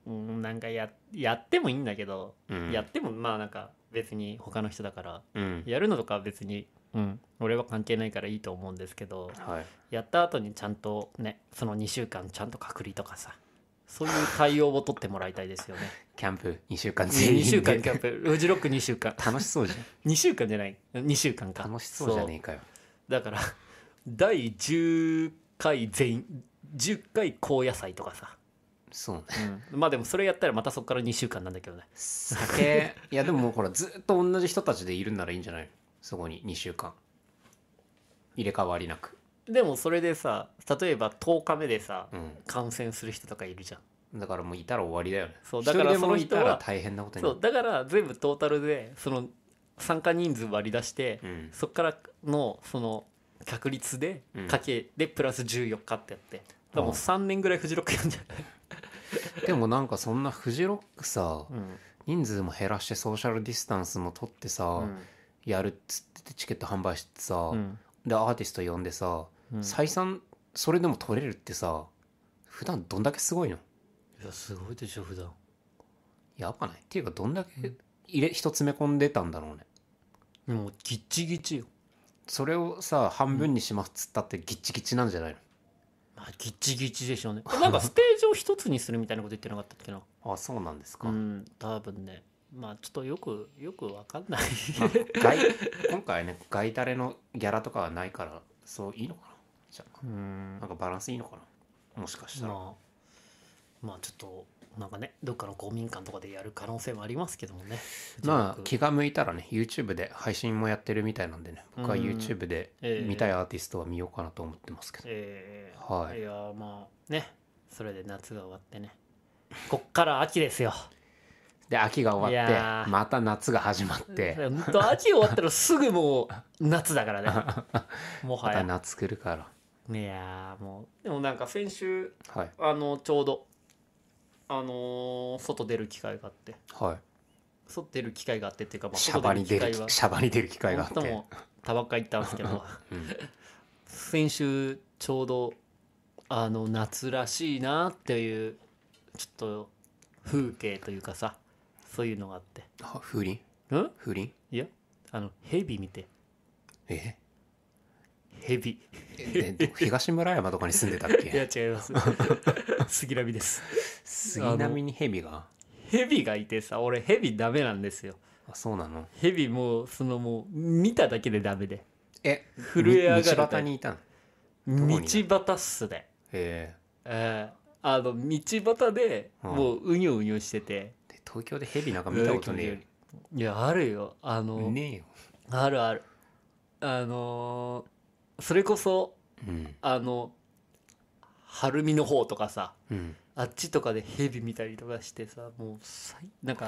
Speaker 1: うんなんかややってもいいんだけど、
Speaker 2: うん
Speaker 1: やってもまあなんか別に他の人だから
Speaker 2: うん
Speaker 1: やるのとかは別に、うん、俺は関係ないからいいと思うんですけど
Speaker 2: はい
Speaker 1: やった後にちゃんとねその2週間ちゃんと隔離とかさそういう対応を取ってもらいたいですよね
Speaker 2: キャンプ2週間 全員
Speaker 1: 2
Speaker 2: で
Speaker 1: 週間キャンプフジロック2週間
Speaker 2: 楽しそうじ
Speaker 1: 2週間じゃない2週間か
Speaker 2: ゃん楽しそうじゃねえかよ
Speaker 1: そうだから第10回全員10回高野菜とかさ
Speaker 2: そうね
Speaker 1: うんまあでもそれやったらまたそこから2週間なんだけどね
Speaker 2: 酒いやでももうほらずっと同じ人たちでいるんならいいんじゃないのそこに2週間入れ替わりなく
Speaker 1: でもそれでさ例えば10日目でさ、
Speaker 2: うん
Speaker 1: 感染する人とかいるじゃん
Speaker 2: だからもういたら終わりだよね
Speaker 1: そうだから
Speaker 2: 一人でも
Speaker 1: その人はい
Speaker 2: たら大変なことにな
Speaker 1: そ
Speaker 2: る
Speaker 1: うだから全部トータルでその参加人数割り出して、
Speaker 2: うん
Speaker 1: そっからのその確率で
Speaker 2: うん
Speaker 1: かけでプラス14日ってやってだからもう
Speaker 2: ああ
Speaker 1: 3年ぐらいフジロックやんじゃない、
Speaker 2: でもなんかそんなフジロックさ、
Speaker 1: うん
Speaker 2: 人数も減らしてソーシャルディスタンスも取ってさ、やるっつってチケット販売してさ、
Speaker 1: うん
Speaker 2: でアーティスト呼んでさ、
Speaker 1: うん
Speaker 2: 採算それでも取れるってさ普段どんだけすごいの
Speaker 1: いやすごいでしょ普段
Speaker 2: やばないっていうかどんだけ入れ人詰め込んでたんだろうね
Speaker 1: もうギッチギチよ
Speaker 2: それをさ半分にしますっつったってギッチギチなんじゃない
Speaker 1: まあギッチギチでしょうね なんかステージを一つにするみたいなこと言ってなかったっけな
Speaker 2: のあそうなんですか、
Speaker 1: うん多分ねまあちょっとよくよくわかんない
Speaker 2: まあ外 今回ねガイタレのギャラとかはないからそういいのかなじゃあ
Speaker 1: うん
Speaker 2: なんかバランスいいのかなもしかしたら、
Speaker 1: まあまあちょっとなんかねどっかの公民館とかでやる可能性もありますけどもね
Speaker 2: まあ
Speaker 1: うち
Speaker 2: 気が向いたらね YouTube で配信もやってるみたいなんでね僕は
Speaker 1: うん
Speaker 2: YouTube で
Speaker 1: ええ
Speaker 2: 見たいアーティストは見ようかなと思ってますけど、
Speaker 1: ええ
Speaker 2: はい
Speaker 1: いやーまあねそれで夏が終わってねこっから秋ですよ
Speaker 2: で秋が終わ
Speaker 1: い
Speaker 2: っ
Speaker 1: や
Speaker 2: て
Speaker 1: ー
Speaker 2: また夏が始 まって
Speaker 1: 本当秋終わったらすぐもう夏だから ねもは
Speaker 2: また
Speaker 1: や、
Speaker 2: 夏来るから
Speaker 1: いやーもうでもなんか先週
Speaker 2: はい
Speaker 1: あのちょうどあのー外出る機会があって
Speaker 2: はい
Speaker 1: 外出る機会があってっていうか、まあ、
Speaker 2: シャバに出る
Speaker 1: 外
Speaker 2: シャバに出る機会があっ
Speaker 1: 本当
Speaker 2: て
Speaker 1: もうタバカ行ったんですけ ど
Speaker 2: うん
Speaker 1: 先週ちょうどあの夏らしいなっていうちょっと風景というかさそういうのがあって
Speaker 2: あ風鈴
Speaker 1: うん
Speaker 2: 風鈴
Speaker 1: いやあのヘビ見て
Speaker 2: え
Speaker 1: ヘビ
Speaker 2: えで東村山とかに住んでたっ
Speaker 1: いや
Speaker 2: け
Speaker 1: 違い ます杉並です
Speaker 2: 杉並に蛇が
Speaker 1: ヘビがいてさ俺ヘビダメなんですよ
Speaker 2: あそうなの
Speaker 1: ヘビもうそのもう見ただけでダメで
Speaker 2: え
Speaker 1: 震え上がる
Speaker 2: み道端にいたのへ
Speaker 1: 道
Speaker 2: に
Speaker 1: 端っすね
Speaker 2: え
Speaker 1: えーあの道端で
Speaker 2: うん
Speaker 1: もううにょうにょしてて、
Speaker 2: で東京で蛇なんか見たことねえよ
Speaker 1: いやあるよあの、
Speaker 2: ねえよ、
Speaker 1: あるあるあのーそれこそ
Speaker 2: うん
Speaker 1: あの晴海の方とかさ
Speaker 2: うん、
Speaker 1: あっちとかでヘビ見たりとかしてさもう最なんか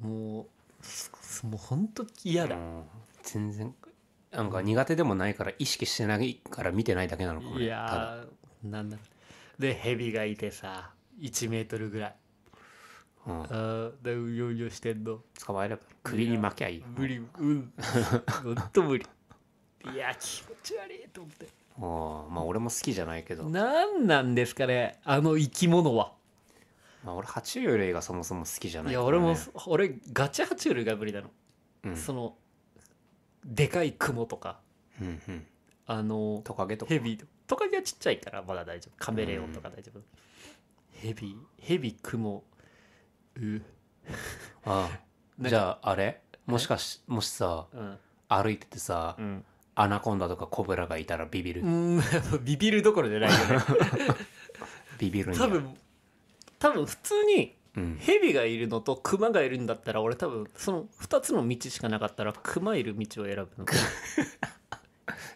Speaker 1: もうすすもうほんと嫌だ、
Speaker 2: うん全然なんか苦手でもないから意識してないから見てないだけなのかもね
Speaker 1: い
Speaker 2: ただ
Speaker 1: やーなんだでヘビがいてさ1メートルぐらい
Speaker 2: うん
Speaker 1: あ、ーでうようよしてんの
Speaker 2: 捕まえれば首に巻きゃいい
Speaker 1: 無理うんほんと無理 いや気持ち悪いと思って
Speaker 2: うんまあ俺も好きじゃないけど、
Speaker 1: 何なんですかねあの生き物は
Speaker 2: まあ、俺爬虫類がそもそも好きじゃないい
Speaker 1: や俺も俺ガチャ爬虫類が無理なの、
Speaker 2: うん
Speaker 1: そのでかいクモとか
Speaker 2: うんうん
Speaker 1: あの
Speaker 2: トカゲとか
Speaker 1: ヘビトカゲはちっちゃいからまだ大丈夫カメレオンとか大丈夫、ヘビヘビクモう
Speaker 2: ああ
Speaker 1: ね
Speaker 2: じゃああれもしかしもしさ
Speaker 1: うん
Speaker 2: 歩いててさ、
Speaker 1: うん、
Speaker 2: アナコンダとかコブラがいたらビビる、
Speaker 1: うん、 ビビるどころじゃ ないよね
Speaker 2: ビビるんだ
Speaker 1: 多分多分普通に
Speaker 2: うん、
Speaker 1: ヘビがいるのとクマがいるんだったら俺多分その2つの道しかなかったらクマいる道を選ぶの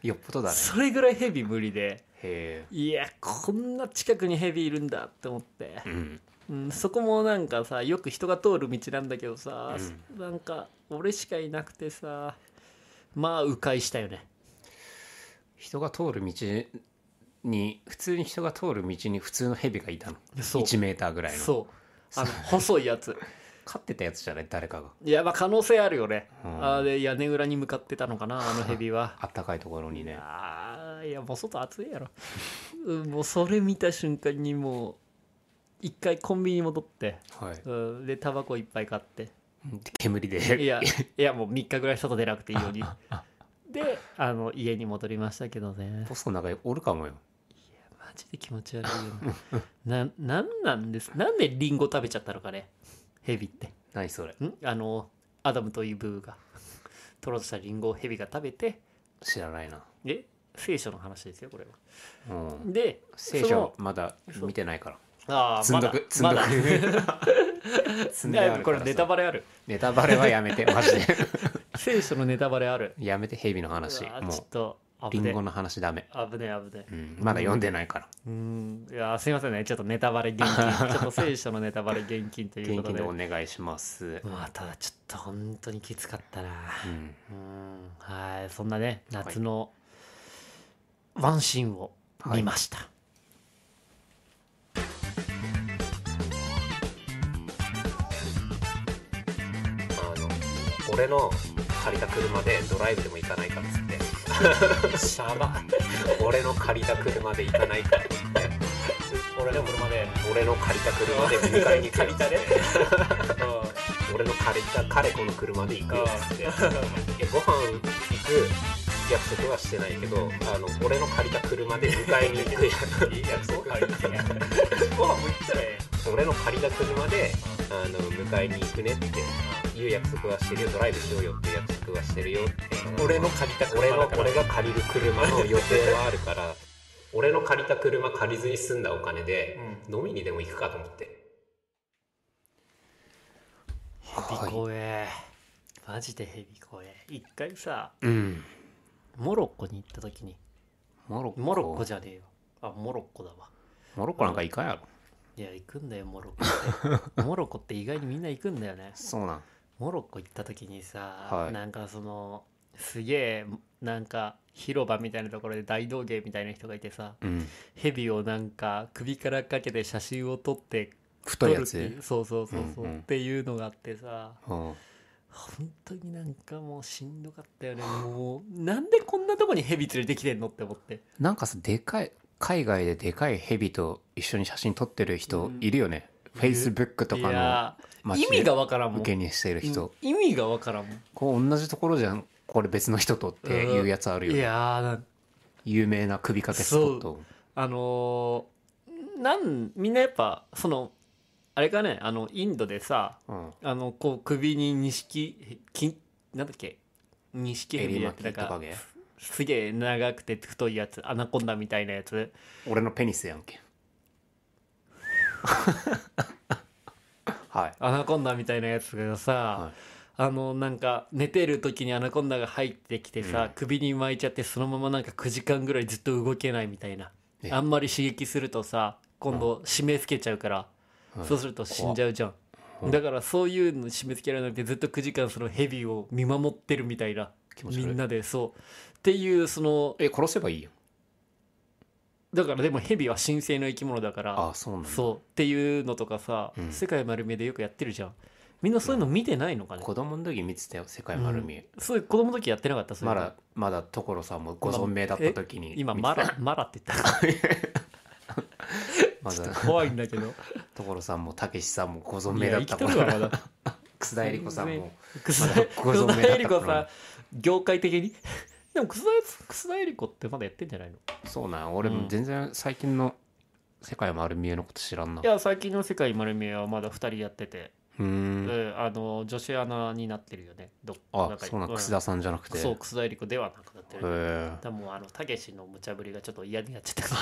Speaker 2: よっぽどだね
Speaker 1: それぐらいヘビ無理で
Speaker 2: へ
Speaker 1: いやこんな近くにヘビいるんだって思って
Speaker 2: え、うん、
Speaker 1: うん、そこもなんかさよく人が通る道なんだけどさ、なんか俺しかいなくてさまあ迂回したよね
Speaker 2: 人が通る道に普通に人が通る道に普通のヘビがいたの
Speaker 1: そう
Speaker 2: 1メーターぐらいの
Speaker 1: そうあの細いやつ
Speaker 2: 飼ってたやつじゃない誰かが
Speaker 1: いやまあ可能性あるよね、
Speaker 2: うん
Speaker 1: あーで屋根裏に向かってたのかなあのヘビは
Speaker 2: あったかいところにね
Speaker 1: あーいやもう外暑いやろ、うん、もうそれ見た瞬間にもう一回コンビニ戻って、
Speaker 2: はい
Speaker 1: うん、でタバコいっぱい買って
Speaker 2: 煙
Speaker 1: い
Speaker 2: で
Speaker 1: やいやもう3日ぐらい外出なくていいよ うにであの家に戻りましたけどね
Speaker 2: ポストの中におるかもよ
Speaker 1: マジで気持ち悪いよ なななんなんですなんでリンゴ食べちゃったのかねヘビって
Speaker 2: 何それ
Speaker 1: んあのアダムとイブが取ろうとしたリンゴをヘビが食べて
Speaker 2: 知らないな
Speaker 1: え聖書の話ですよこれは
Speaker 2: うん
Speaker 1: で
Speaker 2: 聖
Speaker 1: そ
Speaker 2: 書
Speaker 1: の
Speaker 2: まだ見てないから
Speaker 1: ああ
Speaker 2: 積
Speaker 1: ま
Speaker 2: んど
Speaker 1: だ
Speaker 2: く積ん
Speaker 1: ま
Speaker 2: ど
Speaker 1: だ
Speaker 2: く積んであるからさ
Speaker 1: これネタバレある
Speaker 2: ネタバレはやめてマジで
Speaker 1: 聖書のネタバレある
Speaker 2: やめてヘビの話
Speaker 1: うわちょっ
Speaker 2: も
Speaker 1: と
Speaker 2: う
Speaker 1: 危
Speaker 2: リ
Speaker 1: ね
Speaker 2: ン
Speaker 1: え
Speaker 2: ゴの話ダメ
Speaker 1: 危ねえ危ねえ
Speaker 2: うんまだ読んでないから
Speaker 1: うんいやすいませんねちょっとネタバレ現 金ちょっと聖書のネタバレ現金というこ
Speaker 2: 元気
Speaker 1: と
Speaker 2: で
Speaker 1: で
Speaker 2: お願いします
Speaker 1: まあただちょっと本当にきつかったな
Speaker 2: うん
Speaker 1: うんはいそんなね夏の、ワンシーンを見ました、
Speaker 3: あの俺の借りた車でドライブでも行かないかっつってシャバ俺の借りた車で行かないかっつって
Speaker 4: 俺の車で
Speaker 3: 俺の借りた車で迎えに行くよっつって
Speaker 4: 借り
Speaker 3: 俺の借りた彼子の車で行くよっつっていやご飯行く約束はしてないけどあの俺の借りた車で迎えに行く約束
Speaker 4: いいやつを借りてねご飯も行ったらえ
Speaker 3: 俺の借りた車であの迎えに行くねっていう約束はしてるよドライブしようよっていう約束はしてるよって
Speaker 4: え俺の借りた車
Speaker 3: 俺
Speaker 4: だ
Speaker 3: の
Speaker 4: から
Speaker 3: 俺が借りる車の予定はあるから俺の借りた車借りずに済んだお金で、飲みにでも行くかと思って
Speaker 1: ヘビ怖えマジでヘビ怖え一回さ
Speaker 2: うん
Speaker 1: モロッコに行った時に
Speaker 2: モロッコ
Speaker 1: モロッコじゃねえよあモロッコだわ
Speaker 2: モロッコなんかいかんやろ
Speaker 1: いや行くんだよモロッコって モロッコって意外にみんな行くんだよね
Speaker 2: そうなん
Speaker 1: モロッコ行った時にさ、
Speaker 2: はい
Speaker 1: なんかそのすげえなんか広場みたいなところで大道芸みたいな人がいてさ
Speaker 2: うん
Speaker 1: ヘビをなんか首からかけて写真を撮って
Speaker 2: 太
Speaker 1: 撮
Speaker 2: い
Speaker 1: る
Speaker 2: や
Speaker 1: ってい
Speaker 2: つ
Speaker 1: うそうそうそうそう、
Speaker 2: うんうん
Speaker 1: っていうのがあってさ
Speaker 2: うん
Speaker 1: 本当になんかもうしんどかったよねもうなんでこんなとこにヘビ連れてきてんのって思って
Speaker 2: なんかさでかい海外ででかいヘビと一緒に写真撮ってる人いるよね、フェイスブックと
Speaker 1: い
Speaker 2: か
Speaker 1: や
Speaker 2: の
Speaker 1: 意味がわからんもん
Speaker 2: 受けにしてる人、
Speaker 1: うん意味がわからんもん
Speaker 2: こう同じところじゃんこれ別の人とっていうやつあるよ
Speaker 1: い
Speaker 2: ね、
Speaker 1: やーなん
Speaker 2: 有名な首掛けスポット
Speaker 1: あのーなんみんなやっぱそのあれかねあのインドでさ
Speaker 2: うん
Speaker 1: あのこう首に錦きなんだっけ錦ヘ
Speaker 2: エ
Speaker 1: ビ
Speaker 2: リ
Speaker 1: や
Speaker 2: マ
Speaker 1: っ
Speaker 2: キ
Speaker 1: て
Speaker 2: ト
Speaker 1: なん
Speaker 2: カ
Speaker 1: か
Speaker 2: ゲ
Speaker 1: すげえ長くて太いやつアナコンダみたいなやつ
Speaker 2: 俺のペニスやん けはい
Speaker 1: アナコンダみたいなやつがさ、
Speaker 2: はい
Speaker 1: あのなんか寝てる時にアナコンダが入ってきてさ、
Speaker 2: うん
Speaker 1: 首に巻いちゃってそのままなんか9時間ぐらいずっと動けないみたいな
Speaker 2: え
Speaker 1: あんまり刺激するとさ今度締め付けちゃうから、
Speaker 2: うん
Speaker 1: そうすると死んじゃうじゃん、だからそういうの締め付けられなくてずっと9時間そのヘビを見守ってるみたいな
Speaker 2: 気持ち
Speaker 1: み
Speaker 2: 悪い
Speaker 1: んなでそうっていうその
Speaker 2: え殺せばいいよ
Speaker 1: だからでもヘビは神聖の生き物だから
Speaker 2: ああそうなんだ
Speaker 1: そうっていうのとかさ、
Speaker 2: うん
Speaker 1: 世界丸見えでよくやってるじゃんみんなそういうの見てないのかね、
Speaker 2: 子供の時見てたよ世界丸見え、
Speaker 1: そういう子供の時やってなかったそういう
Speaker 2: ま
Speaker 1: の
Speaker 2: だまだ所さんもご存命だった時に
Speaker 1: 今
Speaker 2: 見て
Speaker 1: マ
Speaker 2: た
Speaker 1: ラマラって言った
Speaker 2: まだ
Speaker 1: 怖いんだけど
Speaker 2: 所さんもたけしさんもご存
Speaker 1: いや
Speaker 2: 命だ
Speaker 1: 生
Speaker 2: っ
Speaker 1: き
Speaker 2: た
Speaker 1: と
Speaker 2: 頃
Speaker 1: るわ まだ
Speaker 2: 楠田絵理子さんも
Speaker 1: 草
Speaker 2: まだご存命だった
Speaker 1: 田絵理子
Speaker 2: 頃
Speaker 1: さ
Speaker 2: ね
Speaker 1: ん業界的に でも草田草田絵理子ってまだやってんじゃないの
Speaker 2: そうなん俺も全然最近の世界丸見えのこと知らんない
Speaker 1: や最近の「世界丸見え」はまだ2人やってて、
Speaker 2: うー
Speaker 1: うんんあの女子アナになってるよねどっ
Speaker 2: あそうなん楠
Speaker 1: さ
Speaker 2: 田さんじゃなくて
Speaker 1: そう草田絵理子ではなくなって
Speaker 2: へ
Speaker 1: る、
Speaker 2: え
Speaker 1: でもあのたけしの無茶ぶりがちょっと嫌になっちゃった の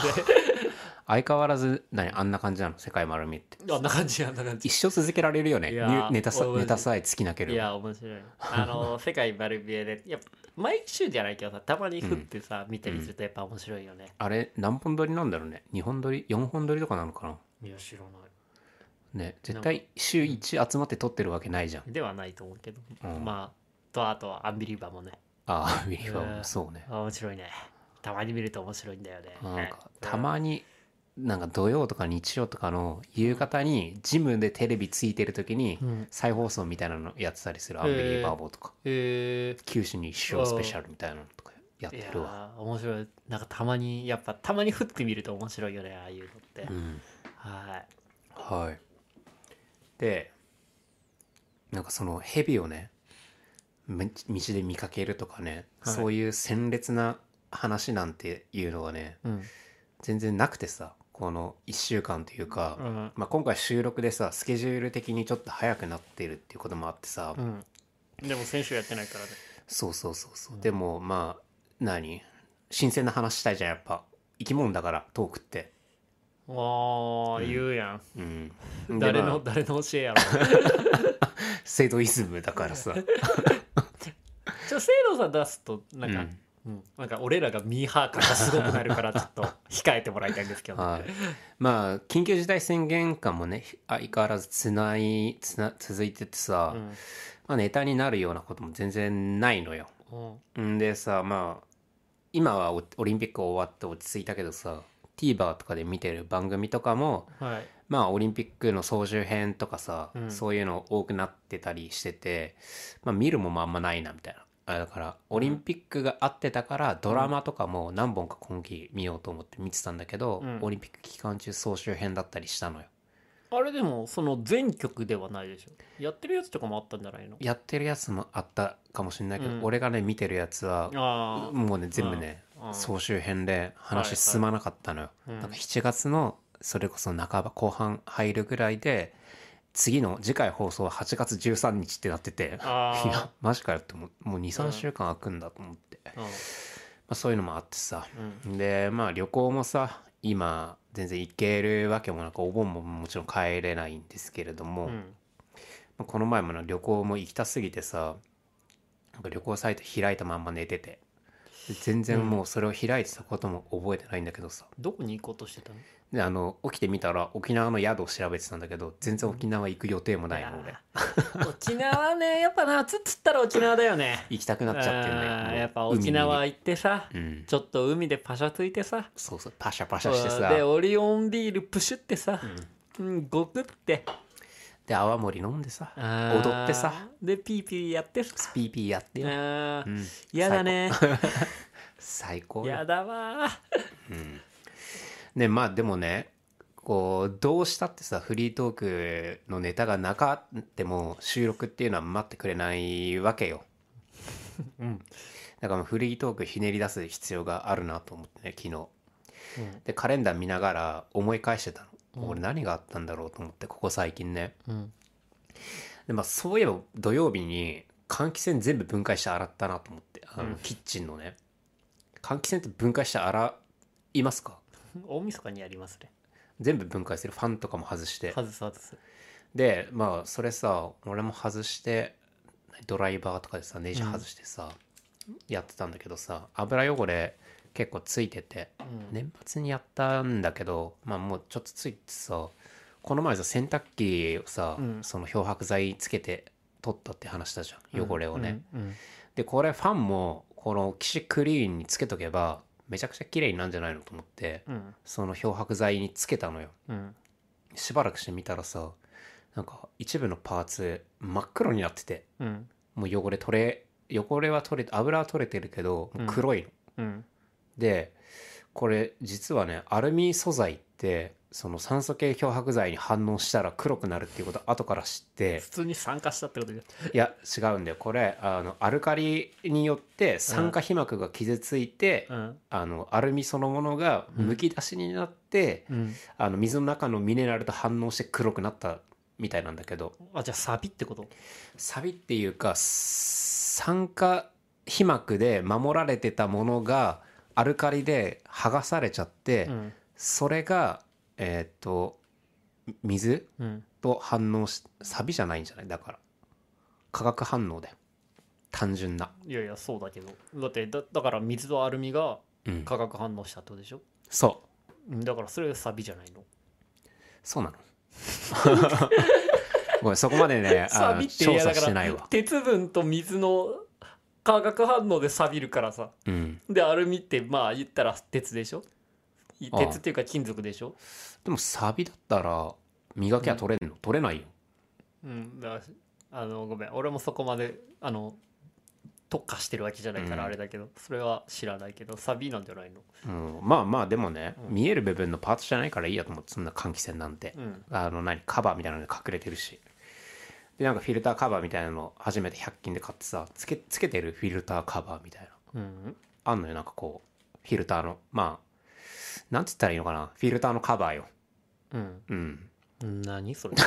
Speaker 2: 相変わらず何あんな感じなの世界丸見えって
Speaker 1: であんな感じあんな感じ
Speaker 2: 一生続けられるよね
Speaker 1: い
Speaker 2: ニ
Speaker 1: や
Speaker 2: ュネタさ
Speaker 1: 俺マジ
Speaker 2: ネタさえ尽きなけ
Speaker 1: い
Speaker 2: れば
Speaker 1: や面白いあの世界丸見えでやっぱ毎週じゃないけどさたまに降ってさ、見たりするとやっぱ面白いよね、
Speaker 2: あれ何本撮りなんだろうね2本撮り4本撮りとかなのかない
Speaker 1: や知らない
Speaker 2: ね絶対週1集まって撮ってるわけないじゃん
Speaker 1: ではないと思うけど、
Speaker 2: うん
Speaker 1: まあとあとはアンビリバーもね
Speaker 2: ああウィリファー
Speaker 1: う
Speaker 2: も
Speaker 1: ん
Speaker 2: そうね
Speaker 1: あ面白いねたまに見ると面白いんだよね
Speaker 2: なんか
Speaker 1: うん
Speaker 2: たまになんか土曜とか日曜とかの夕方にジムでテレビついてる時に
Speaker 1: うん
Speaker 2: 再放送みたいなのやってたりする「アンビリーバーボー」とか
Speaker 1: え
Speaker 2: 「九州に一生スペシャル」みたいなのとかやっ
Speaker 1: ー、い
Speaker 2: て
Speaker 1: や
Speaker 2: るわ
Speaker 1: ー面白いなんかたまにやっぱたまに降ってみると面白いよねああいうのって、
Speaker 2: うん
Speaker 1: はい
Speaker 2: はいでなんかそのヘビをねめ道で見かけるとかね
Speaker 1: はい
Speaker 2: そういう鮮烈な話なんていうのはね
Speaker 1: うん
Speaker 2: 全然なくてさこの1週間というか、
Speaker 1: うん
Speaker 2: まあ、今回収録でさスケジュール的にちょっと早くなってるっていうこともあってさ、
Speaker 1: うんでも先週やってないからね
Speaker 2: そうそうそうそう、でもまあ何新鮮な話したいじゃんやっぱ生き物だからトークって
Speaker 1: ああ、言うや
Speaker 2: うん
Speaker 1: ん誰
Speaker 2: でま
Speaker 1: の
Speaker 2: あ
Speaker 1: 誰の教え やろ
Speaker 2: セドイズムだからさ
Speaker 1: ちょせいろさん出すと なんか、うんなんか俺らがミーハー感がすごくなる からちょっと控えてもらいたいんですけど、ね、
Speaker 2: はい、まあ緊急事態宣言下もね相変わらずつないつな続いててさ、
Speaker 1: うん
Speaker 2: まあ、ネタになるようなことも全然ないのよ
Speaker 1: うん
Speaker 2: んでさまあ今はおオリンピック終わって落ち着いたけどさ TVer とかで見てる番組とかも
Speaker 1: はい
Speaker 2: まあオリンピックの総集編とかさ、
Speaker 1: うん
Speaker 2: そういうの多くなってたりしてて、まあ、見るもんあんまないなみたいなあだからオリンピックがあってたからドラマとかも何本か今季見ようと思って見てたんだけど、
Speaker 1: うん
Speaker 2: オリンピック期間中総集編だったりしたのよ
Speaker 1: あれでもその全曲ではないでしょやってるやつとかもあったんじゃないの
Speaker 2: やってるやつもあったかもしれないけど、
Speaker 1: うん
Speaker 2: 俺がね見てるやつは
Speaker 1: あ
Speaker 2: もうね全部ね
Speaker 1: あ
Speaker 2: 総集編で話進まなかったのよ、
Speaker 1: うん
Speaker 2: なんか7月のそれこそ半ば後半入るぐらいで次の次回放送は8月13日ってなってて
Speaker 1: あ
Speaker 2: いや
Speaker 1: ー
Speaker 2: マジかよって思うもう
Speaker 1: う
Speaker 2: 23
Speaker 1: ん
Speaker 2: 週間空くんだと思って、ま
Speaker 1: う
Speaker 2: あ、そういうのもあってさ
Speaker 1: んうん
Speaker 2: でまあ旅行もさ今全然行けるわけもなくお盆ももちろん帰れないんですけれども、
Speaker 1: うん
Speaker 2: まあこの前もな旅行も行きたすぎてさなんか旅行サイト開いたまんま寝ててで全然もうそれを開いてたことも覚えてないんだけどさ、
Speaker 1: どこに行こうとしてたの
Speaker 2: であの起きてみたら沖縄の宿を調べてたんだけど全然沖縄行く予定もないの俺
Speaker 1: やー沖縄ねやっぱ夏っつったら沖縄だよね
Speaker 2: 行きたくなっちゃってるね
Speaker 1: あ
Speaker 2: も
Speaker 1: ー
Speaker 2: う
Speaker 1: やっぱ沖縄
Speaker 2: 海
Speaker 1: 行ってさ
Speaker 2: にうん
Speaker 1: ちょっと海でパシャついてさ
Speaker 2: そうそうパシャパシャしてさ
Speaker 1: でオリオンビールプシュってさ、うん、ゴクって
Speaker 2: で泡盛飲んでさ
Speaker 1: あー
Speaker 2: 踊ってさ
Speaker 1: でピーピーやってさ
Speaker 2: スピーピーやってよ、
Speaker 1: あ
Speaker 2: う
Speaker 1: ー
Speaker 2: ん
Speaker 1: やだね
Speaker 2: 最高よ
Speaker 1: やだわ
Speaker 2: ねまあでもねこうどうしたってさフリートークのネタがなかっても収録っていうのは待ってくれないわけよ。
Speaker 1: うん
Speaker 2: だからフリートークひねり出す必要があるなと思ってね昨日。でカレンダー見ながら思い返してたの。俺何があったんだろうと思ってここ最近ね。
Speaker 1: うん
Speaker 2: でまあそういえば土曜日に換気扇全部分解して洗ったなと思ってあ
Speaker 1: う
Speaker 2: の
Speaker 1: ん
Speaker 2: キッチンのね。換気扇って分解して洗いますか
Speaker 1: 大晦日にやりますね
Speaker 2: 全部分解するファンとかも外して
Speaker 1: 外す外す
Speaker 2: でまあそれさ俺も外してドライバーとかでさネジ外してさ、やってたんだけどさ油汚れ結構ついてて
Speaker 1: うん
Speaker 2: 年末にやったんだけどまあもうちょっとついてさこの前さ洗濯機をさ、
Speaker 1: うん
Speaker 2: その漂白剤つけて取ったって話したじゃん汚れをね、
Speaker 1: うんうん
Speaker 2: でこれファンもこのキシクリーンにつけとけばめちゃくちゃ綺麗になるんじゃないのと思って
Speaker 1: うん
Speaker 2: その漂白剤につけたのよ、
Speaker 1: うん
Speaker 2: しばらくしてみたらさなんか一部のパーツ真っ黒になってて
Speaker 1: うん
Speaker 2: もう汚れ取れ汚れは取れて油は取れてるけどもう黒いの、
Speaker 1: うん
Speaker 2: でこれ実はねアルミ素材ってその酸素系漂白剤に反応したら黒くなるっていうこと後から知 って
Speaker 1: 普通に酸化したってことで
Speaker 2: いや違うんだよこれあのアルカリによって酸化皮膜が傷ついて、
Speaker 1: うん
Speaker 2: あのアルミそのものがむき出しになって、
Speaker 1: うん
Speaker 2: あの水の中のミネラルと反応して黒くなったみたいなんだけど
Speaker 1: あじゃあサビってこと
Speaker 2: サビっていうか酸化皮膜で守られてたものがアルカリで剥がされちゃって、
Speaker 1: うん
Speaker 2: それがえーっと水
Speaker 1: うん
Speaker 2: と反応しサビじゃないんじゃないだから化学反応だよ単純な、
Speaker 1: いやいやそうだけどだってだだから水とアルミが
Speaker 2: うん
Speaker 1: 化学反応したってことでしょ
Speaker 2: そう
Speaker 1: うんだからそれがサビじゃないの
Speaker 2: そ うなのごめんそこまでねあ
Speaker 1: サ
Speaker 2: の
Speaker 1: ビってい
Speaker 2: 調
Speaker 1: や
Speaker 2: 査
Speaker 1: だ
Speaker 2: して
Speaker 1: か
Speaker 2: ない
Speaker 1: ら
Speaker 2: わ、
Speaker 1: 鉄分と水の化学反応で錆びるからさ
Speaker 2: うん、
Speaker 1: でアルミってまあ言ったら鉄でしょい
Speaker 2: ああ
Speaker 1: 鉄っていうか金属でしょ
Speaker 2: でもサビだったら磨きは取れんの、取れないよ
Speaker 1: うんだからあのごめん俺もそこまであの特化してるわけじゃないか
Speaker 2: う
Speaker 1: ら
Speaker 2: ん
Speaker 1: あれだけど、それは知らないけどサビなんじゃないの
Speaker 2: うん、まあまあでもね、
Speaker 1: うん
Speaker 2: 見える部分のパーツじゃないからいいやと思ってそんな換気扇なんて、
Speaker 1: うん
Speaker 2: あの何カバーみたいなので隠れてるしでなんかフィルターカバーみたいなの初めて100均で買ってさつけつけてるフィルターカバーみたいな
Speaker 1: うん
Speaker 2: あんのよなんかこうフィルターのまあなんつったらいいのかなフィルターのカバーよ
Speaker 1: うん
Speaker 2: うん
Speaker 1: 何それ
Speaker 2: フ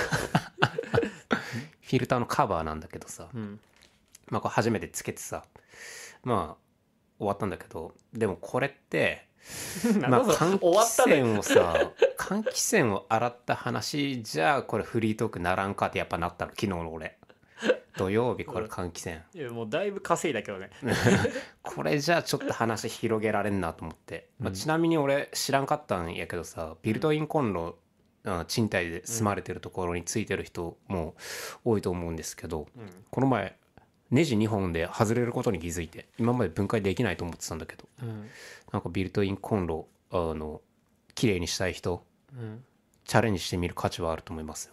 Speaker 2: ィルターのカバーなんだけどさ、
Speaker 1: うん
Speaker 2: まあこれ初めてつけてさまあ終わったんだけどでもこれって ま
Speaker 1: なん
Speaker 2: あ、
Speaker 1: だそれ
Speaker 2: 換
Speaker 1: 終わった
Speaker 2: 気
Speaker 1: ね
Speaker 2: 扇をさ 換気扇を洗った話じゃあこれフリートークならんかってやっぱなったの昨日の俺土曜日こ
Speaker 1: う
Speaker 2: れ
Speaker 1: ん
Speaker 2: 換気扇
Speaker 1: いやもうだいぶ稼いだけどね
Speaker 2: これじゃあちょっと話広げられんなと思って、ま
Speaker 1: う
Speaker 2: あ、
Speaker 1: ん
Speaker 2: ちなみに俺知らんかったんやけどさビルトインコンロ、うん賃貸で住まれてるところについてる人も多いと思うんですけど
Speaker 1: うん
Speaker 2: この前ネジ2本で外れることに気づいて今まで分解できないと思ってたんだけど
Speaker 1: うん
Speaker 2: なんかビルトインコンロあの綺麗にしたい人
Speaker 1: うん
Speaker 2: チャレンジしてみる価値はあると思います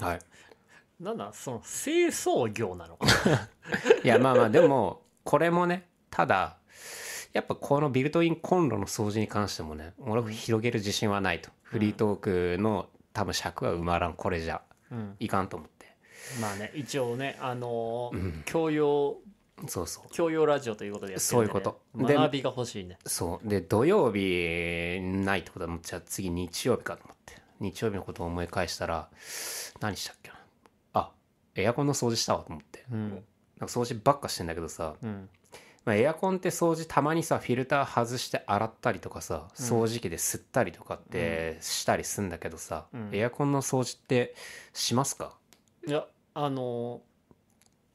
Speaker 2: よはい
Speaker 1: なんだその清掃業なの
Speaker 2: いやまあまあでもこれもねただやっぱこのビルトインコンロの掃除に関してもね俺は広げる自信はないと、フリートークの多分尺は埋まらんこれじゃ
Speaker 1: うん
Speaker 2: いかんと思って
Speaker 1: まあね一応ねあのー
Speaker 2: うん
Speaker 1: 教養
Speaker 2: そうそう
Speaker 1: 教養ラジオということでやってるんで、ね、
Speaker 2: そういうことで
Speaker 1: 学びが欲しいね
Speaker 2: そうで土曜日ないってことはもうじゃあ次日曜日かと思って日曜日のことを思い返したら何したっけなあエアコンの掃除したわと思って
Speaker 1: うん
Speaker 2: なんか掃除ばっかしてんだけどさ、
Speaker 1: うん
Speaker 2: まあ、エアコンって掃除たまにさフィルター外して洗ったりとかさ
Speaker 1: うん
Speaker 2: 掃除機で吸ったりとかってしたりすんだけどさ、
Speaker 1: うん
Speaker 2: エアコンの掃除ってしますか
Speaker 1: いやあのー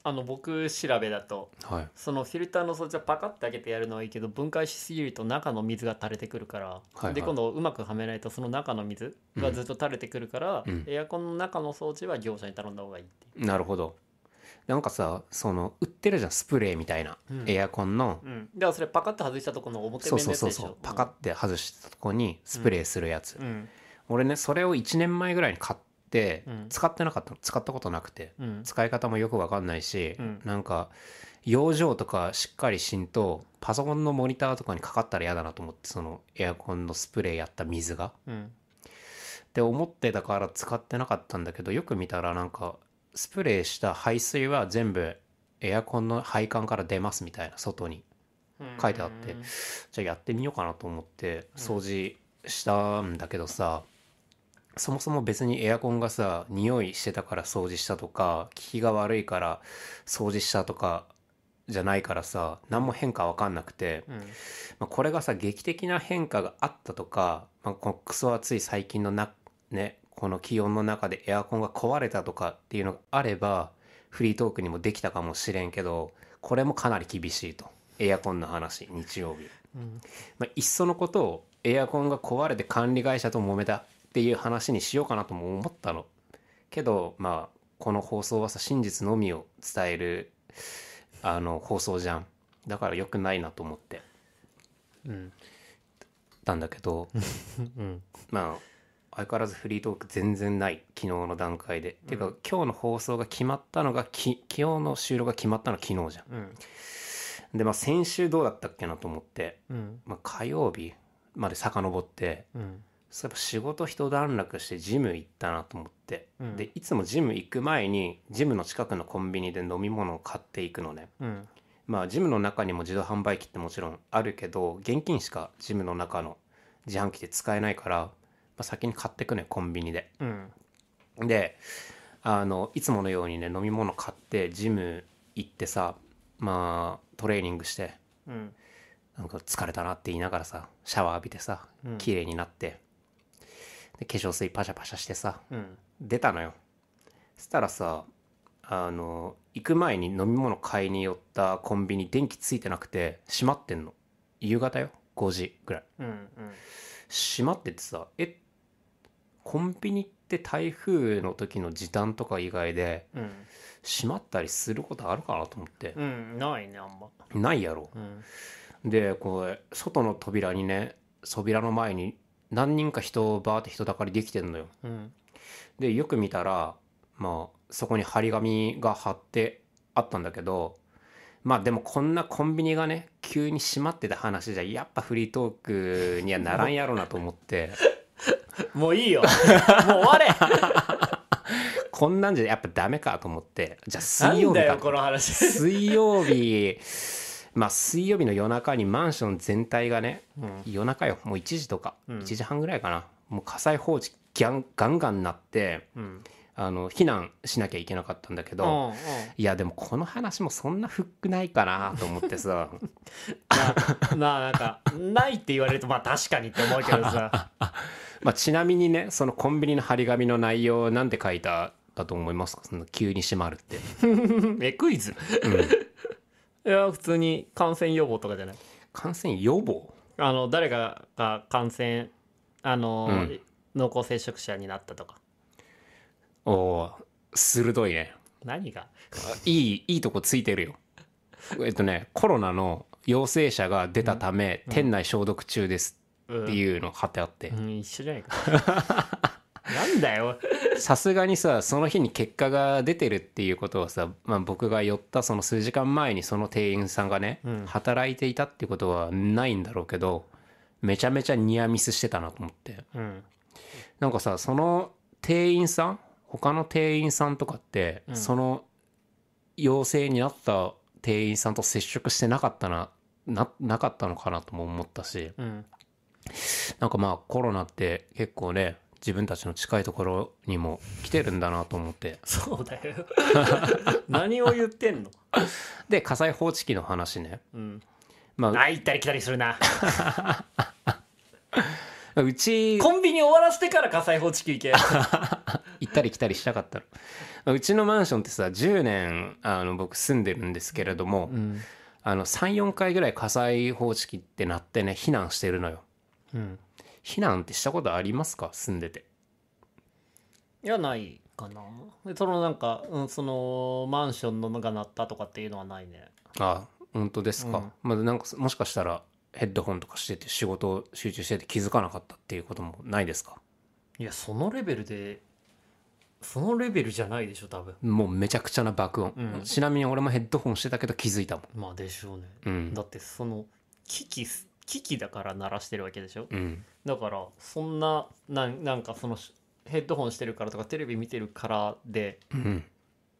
Speaker 1: あの僕調べだと
Speaker 2: はい
Speaker 1: そのフィルターの装置はパカッて開けてやるのはいいけど分解しすぎると中の水が垂れてくるから、
Speaker 2: いはい
Speaker 1: で今度うまくはめないとその中の水がずっと垂れてくるから、
Speaker 2: うん
Speaker 1: エアコンの中の装置は業者に頼んだ方がいいっていう
Speaker 2: なるほどなんかさその売ってるじゃんスプレーみたいな、
Speaker 1: うん
Speaker 2: エアコンの、
Speaker 1: うん、だからそれパカッて外したところの表
Speaker 2: そう
Speaker 1: 面の
Speaker 2: そう
Speaker 1: やつ
Speaker 2: そう
Speaker 1: でしょ
Speaker 2: そうパカッて外したとこにスプレーするやつ、
Speaker 1: うん
Speaker 2: 俺ねそれを1年前ぐらいに買って
Speaker 1: うん
Speaker 2: 使ってなかったの使ったことなくて
Speaker 1: うん
Speaker 2: 使い方もよくわかんないし、
Speaker 1: うん
Speaker 2: なんか養生とかしっかりしんとパソコンのモニターとかにかかったら嫌だなと思ってそのエアコンのスプレーやった水が。
Speaker 1: うん
Speaker 2: って思ってたから使ってなかったんだけどよく見たらなんかスプレーした排水は全部エアコンの配管から出ますみたいな外に
Speaker 1: うん
Speaker 2: 書いてあってじゃあやってみようかなと思って掃除したんだけどさ、そもそも別にエアコンがさ匂いしてたから掃除したとか効きが悪いから掃除したとかじゃないからさ何も変化わかんなくて、
Speaker 1: うん
Speaker 2: まあ、これがさ劇的な変化があったとか、まあ、このクソ暑い最近のな、ね、この気温の中でエアコンが壊れたとかっていうのがあればフリートークにもできたかもしれんけどこれもかなり厳しいとエアコンの話日曜日。
Speaker 1: うん
Speaker 2: まあ、いっそのことをエアコンが壊れて管理会社と揉めたっていう話にしようかなとも思ったのけどまあこの放送はさ真実のみを伝えるあの放送じゃんだから良くないなと思って
Speaker 1: うん
Speaker 2: たんだけど
Speaker 1: うん
Speaker 2: まあ相変わらずフリートーク全然ない昨日の段階で、ていうか今日の放送が決まったのがき今日の収録が決まったのは昨日じゃ
Speaker 1: うん
Speaker 2: んでまあ先週どうだったっけなと思って、
Speaker 1: うん
Speaker 2: まあ、火曜日まで遡って
Speaker 1: うん
Speaker 2: そういえば仕事一段落してジム行ったなと思って、
Speaker 1: うん
Speaker 2: でいつもジム行く前にジムの近くのコンビニで飲み物を買っていくのね
Speaker 1: うん
Speaker 2: まあジムの中にも自動販売機ってもちろんあるけど現金しかジムの中の自販機で使えないから、まあ、先に買ってくねコンビニで
Speaker 1: うん
Speaker 2: であのいつものようにね飲み物買ってジム行ってさまあトレーニングして
Speaker 1: うん
Speaker 2: なんか疲れたなって言いながらさシャワー浴びてさ
Speaker 1: うん
Speaker 2: 綺麗になって、で化粧水パシャパシャしてさ
Speaker 1: うん
Speaker 2: 出たのよそしたらさあの行く前に飲み物買いに寄ったコンビニ電気ついてなくて閉まってんの夕方よ5時ぐらい
Speaker 1: うんうん
Speaker 2: 閉まっててさえコンビニって台風の時の時短とか以外で
Speaker 1: うん
Speaker 2: 閉まったりすることあるかなと思って
Speaker 1: う、んないねあんま
Speaker 2: ないやろ
Speaker 1: うん
Speaker 2: でこう外の扉にね扉の前に何人か人バーって人だかりできてんのよ
Speaker 1: うん
Speaker 2: でよく見たらまあそこに張り紙が貼ってあったんだけどまあでもこんなコンビニがね急に閉まってた話じゃやっぱフリートークにはならんやろなと思って
Speaker 1: もういいよもう終われ
Speaker 2: こんなんじゃやっぱダメかと思ってじゃ
Speaker 1: な
Speaker 2: あ水曜
Speaker 1: ん
Speaker 2: 日
Speaker 1: だ
Speaker 2: か
Speaker 1: よこの話
Speaker 2: 水曜日まあ水曜日の夜中にマンション全体がね
Speaker 1: うん
Speaker 2: 夜中よもう1時とか、
Speaker 1: うん
Speaker 2: 1時半ぐらいかなもう火災報知ギャンガンガンなって
Speaker 1: うん
Speaker 2: あの避難しなきゃいけなかったんだけど、
Speaker 1: うんうん
Speaker 2: いやでもこの話もそんなフックないかなと思ってさ
Speaker 1: なななんかないって言われるとまあ確かにって思うけどさ
Speaker 2: まあちなみにねそのコンビニの張り紙の内容なんて書いたかと思いますかその急に閉まるって
Speaker 1: えクイズいや普通に感染予防とかじゃない
Speaker 2: 感染予防
Speaker 1: あの誰かが感染あの、
Speaker 2: うん
Speaker 1: 濃厚接触者になったとか
Speaker 2: おー鋭いね
Speaker 1: 何が
Speaker 2: いいいいとこついてるよえっとねコロナの陽性者が出たため、
Speaker 1: うん
Speaker 2: 店内消毒中です
Speaker 1: っ
Speaker 2: っていうの貼ってあって、
Speaker 1: うん、一緒じゃ ないか。なんだよ。
Speaker 2: さすがにさその日に結果が出てるっていうことはさ、まあ、僕が寄ったその数時間前にその店員さんがね、
Speaker 1: うん
Speaker 2: 働いていたってことはないんだろうけどめちゃめちゃニアミスしてたなと思って
Speaker 1: うん。
Speaker 2: なんかさその店員さん他の店員さんとかって、
Speaker 1: うん
Speaker 2: その陽性になった店員さんと接触してなかったなななかったのかなとも思ったし
Speaker 1: うん。
Speaker 2: なんかまあコロナって結構ね自分たちの近いところにも来てるんだなと思って
Speaker 1: そうだ よ。何を言ってんの。
Speaker 2: で火災報知器の話ね、
Speaker 1: うん。
Speaker 2: ま
Speaker 1: あ、行ったり来たりする な。
Speaker 2: あ、うち
Speaker 1: コンビニ終わらせてから火災報知器行け。
Speaker 2: 行ったり来たりしたかったのまあうちのマンションってさ10年あの僕住んでるんですけれども、
Speaker 1: うん。
Speaker 2: あの34回ぐらい火災報知器ってなってね避難してるのよ
Speaker 1: うん。
Speaker 2: 避難ってしたことありますか住んでて
Speaker 1: いや、ないかな。で、そのなんか、うん、そのマンションののが鳴ったとかっていうのはないね。
Speaker 2: あ本当ですか、
Speaker 1: うん
Speaker 2: まだなんかもしかしたらヘッドホンとかしてて仕事を集中してて気づかなかったっていうこともないですか
Speaker 1: いや、そのレベルで。そのレベルじゃないでしょ、多分。
Speaker 2: もうめちゃくちゃな爆音、
Speaker 1: うん
Speaker 2: ちなみに俺もヘッドホンしてたけど気づいたもん
Speaker 1: まあ、でしょうね。
Speaker 2: うん
Speaker 1: だって、その。機器す。機器だから鳴らしてるわけでしょ。
Speaker 2: うん
Speaker 1: だからそんななんなんかそのしヘッドホンしてるからとかテレビ見てるからで
Speaker 2: うん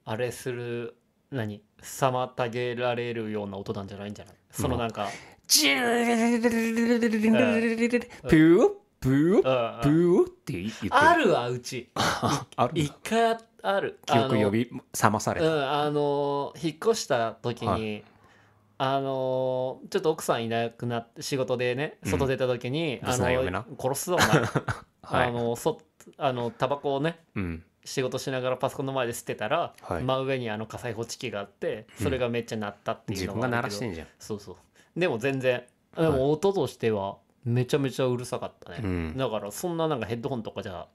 Speaker 1: あれする何妨げられるような音なんじゃないんじゃないそのなんか、
Speaker 2: ジュープープー
Speaker 1: うん
Speaker 2: プーって言ってる
Speaker 1: あるわうち
Speaker 2: あるん
Speaker 1: 一回
Speaker 2: だ
Speaker 1: ある
Speaker 2: 記憶呼
Speaker 1: び
Speaker 2: び覚まされ
Speaker 1: う
Speaker 2: た
Speaker 1: んあの引っ越した時に、
Speaker 2: は
Speaker 1: あのちょっと奥さんいなくなって仕事でね
Speaker 2: うん
Speaker 1: 外出た時に、
Speaker 2: うる
Speaker 1: あ
Speaker 2: さい
Speaker 1: の
Speaker 2: 嫁な
Speaker 1: 殺すぞお前、
Speaker 2: は
Speaker 1: あ
Speaker 2: い
Speaker 1: のそあのタバコをね
Speaker 2: うん
Speaker 1: 仕事しながらパソコンの前で吸ってたら、
Speaker 2: はい
Speaker 1: 真上にあの火災報知器があってそれがめっちゃ鳴ったってい
Speaker 2: 自
Speaker 1: うの
Speaker 2: 分
Speaker 1: もあ
Speaker 2: が
Speaker 1: るけど
Speaker 2: 鳴らしてんじゃん
Speaker 1: そうそうでも全然でも音としてはめちゃめちゃうるさかったね、
Speaker 2: うん
Speaker 1: だからそんななんかヘッドホンとかじゃ、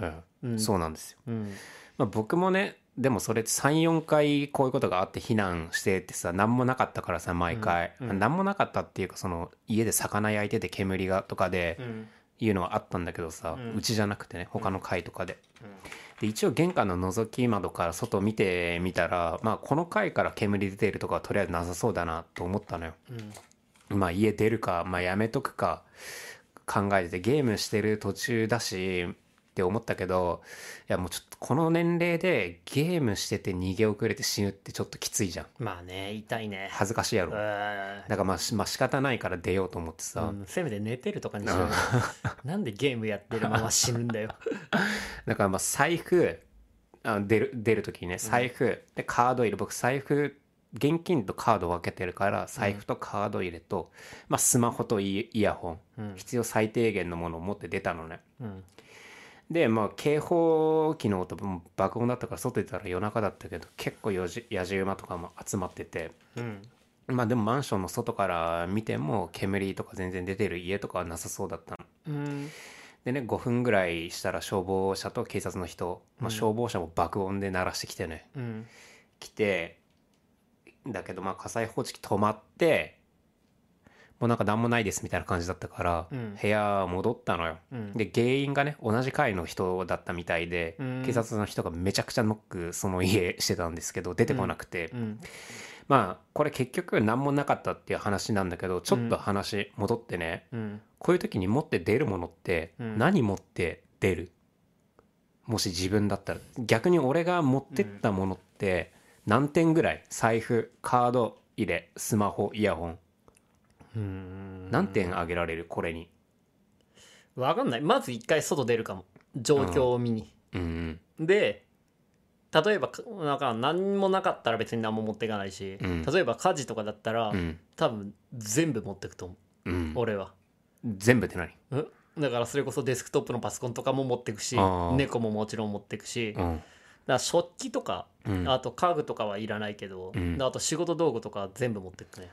Speaker 1: う
Speaker 2: うん
Speaker 1: ん、
Speaker 2: そうなんですよ
Speaker 1: うん、
Speaker 2: まあ僕もねでもそれ34回こういうことがあって避難してってさ何もなかったからさ毎回、
Speaker 1: うんうん
Speaker 2: 何もなかったっていうかその家で魚焼いてて煙がとかで
Speaker 1: うん
Speaker 2: いうのはあったんだけどさ、
Speaker 1: うん
Speaker 2: うちじゃなくてね他の階とかで
Speaker 1: うん
Speaker 2: で一応玄関の覗き窓から外見てみたら、まあ、この階から煙出てるとかはとりあえずなさそうだなと思ったのよ。
Speaker 1: うん
Speaker 2: まあ、家出るか、まあ、やめとくか考えててゲームしてる途中だしって思ったけどいやもうちょっとこの年齢でゲームしてて逃げ遅れて死ぬってちょっときついじゃん
Speaker 1: まあね痛いね
Speaker 2: 恥ずかしいや
Speaker 1: う
Speaker 2: ろ
Speaker 1: ん
Speaker 2: だからまあしまあ仕方ないから出ようと思ってさ、
Speaker 1: うんせめて寝てるとかにしろよ なんでゲームやってるまま死ぬんだ よ
Speaker 2: だからまあ財布あ出る出る時にね財布、でカード入れ僕財布現金とカード分けてるから財布とカード入れと、まあ、スマホとイイヤホン
Speaker 1: うん
Speaker 2: 必要最低限のものを持って出たのね
Speaker 1: うん
Speaker 2: でまあ警報機の音も爆音だったから外出たら夜中だったけど結構よじやじ馬とかも集まってて
Speaker 1: うん
Speaker 2: まあでもマンションの外から見ても煙とか全然出てる家とかはなさそうだったの
Speaker 1: うん
Speaker 2: でね5分ぐらいしたら消防車と警察の人、ま
Speaker 1: うん
Speaker 2: あ、消防車も爆音で鳴らしてきてね、
Speaker 1: うん
Speaker 2: 来てだけどまあ火災報知器止まってもうなんか何もないですみたいな感じだったから、
Speaker 1: うん
Speaker 2: 部屋戻ったのよ、
Speaker 1: うん
Speaker 2: で原因がね同じ階の人だったみたいで、
Speaker 1: うん
Speaker 2: 警察の人がめちゃくちゃノックその家してたんですけど出てこなくて、
Speaker 1: うん
Speaker 2: まあこれ結局何もなかったっていう話なんだけどちょっと話戻ってね、
Speaker 1: うん
Speaker 2: こういう時に持って出るものって
Speaker 1: うん
Speaker 2: 何持って出る、もし自分だったら逆に俺が持ってったものって何点ぐらい財布カード入れスマホイヤホン
Speaker 1: うん
Speaker 2: 何点あげられるこれに
Speaker 1: わかんないまず一回外出るかも状況を見に、
Speaker 2: うん
Speaker 1: で例えばかなんか何もなかったら別に何も持っていかないし、
Speaker 2: うん
Speaker 1: 例えば家事とかだったら、
Speaker 2: うん
Speaker 1: 多分全部持ってくと思う、
Speaker 2: うん
Speaker 1: 俺は
Speaker 2: 全部って何
Speaker 1: うんだからそれこそデスクトップのパソコンとかも持ってくし
Speaker 2: あー
Speaker 1: 猫ももちろん持ってくし、
Speaker 2: う
Speaker 1: だか
Speaker 2: ん
Speaker 1: ら食器とか、
Speaker 2: うん
Speaker 1: あと家具とかはいらないけど、
Speaker 2: うん
Speaker 1: あと仕事道具とか全部持ってくね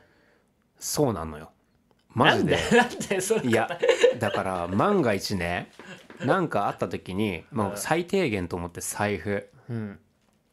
Speaker 2: そうなのよマジ で
Speaker 1: なんでなんでそれ
Speaker 2: いやだから万が一ねなんかあった時にもう最低限と思って財布
Speaker 1: うん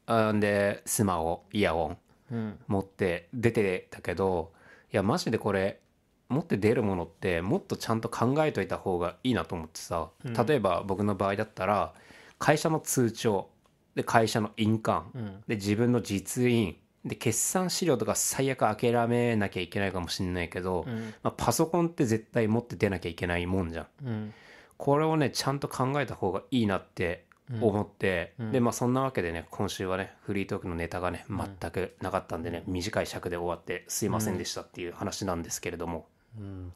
Speaker 2: あんでスマホイヤホン
Speaker 1: うん
Speaker 2: 持って出てたけどいやマジでこれ持って出るものってもっとちゃんと考えといた方がいいなと思ってさ
Speaker 1: うん
Speaker 2: 例えば僕の場合だったら会社の通帳で会社の印鑑
Speaker 1: うん
Speaker 2: で自分の実印で決算資料とか最悪諦めなきゃいけないかもしれないけど、
Speaker 1: うん
Speaker 2: まあ、パソコンって絶対持って出なきゃいけないもんじゃん。
Speaker 1: うん
Speaker 2: これをねちゃんと考えた方がいいなって思って、
Speaker 1: うん
Speaker 2: でまあそんなわけでね今週はねフリートークのネタがね
Speaker 1: ん
Speaker 2: 全くなかったんでね、短い尺で終わってすいませんでしたっていう話なんですけれども、
Speaker 1: うん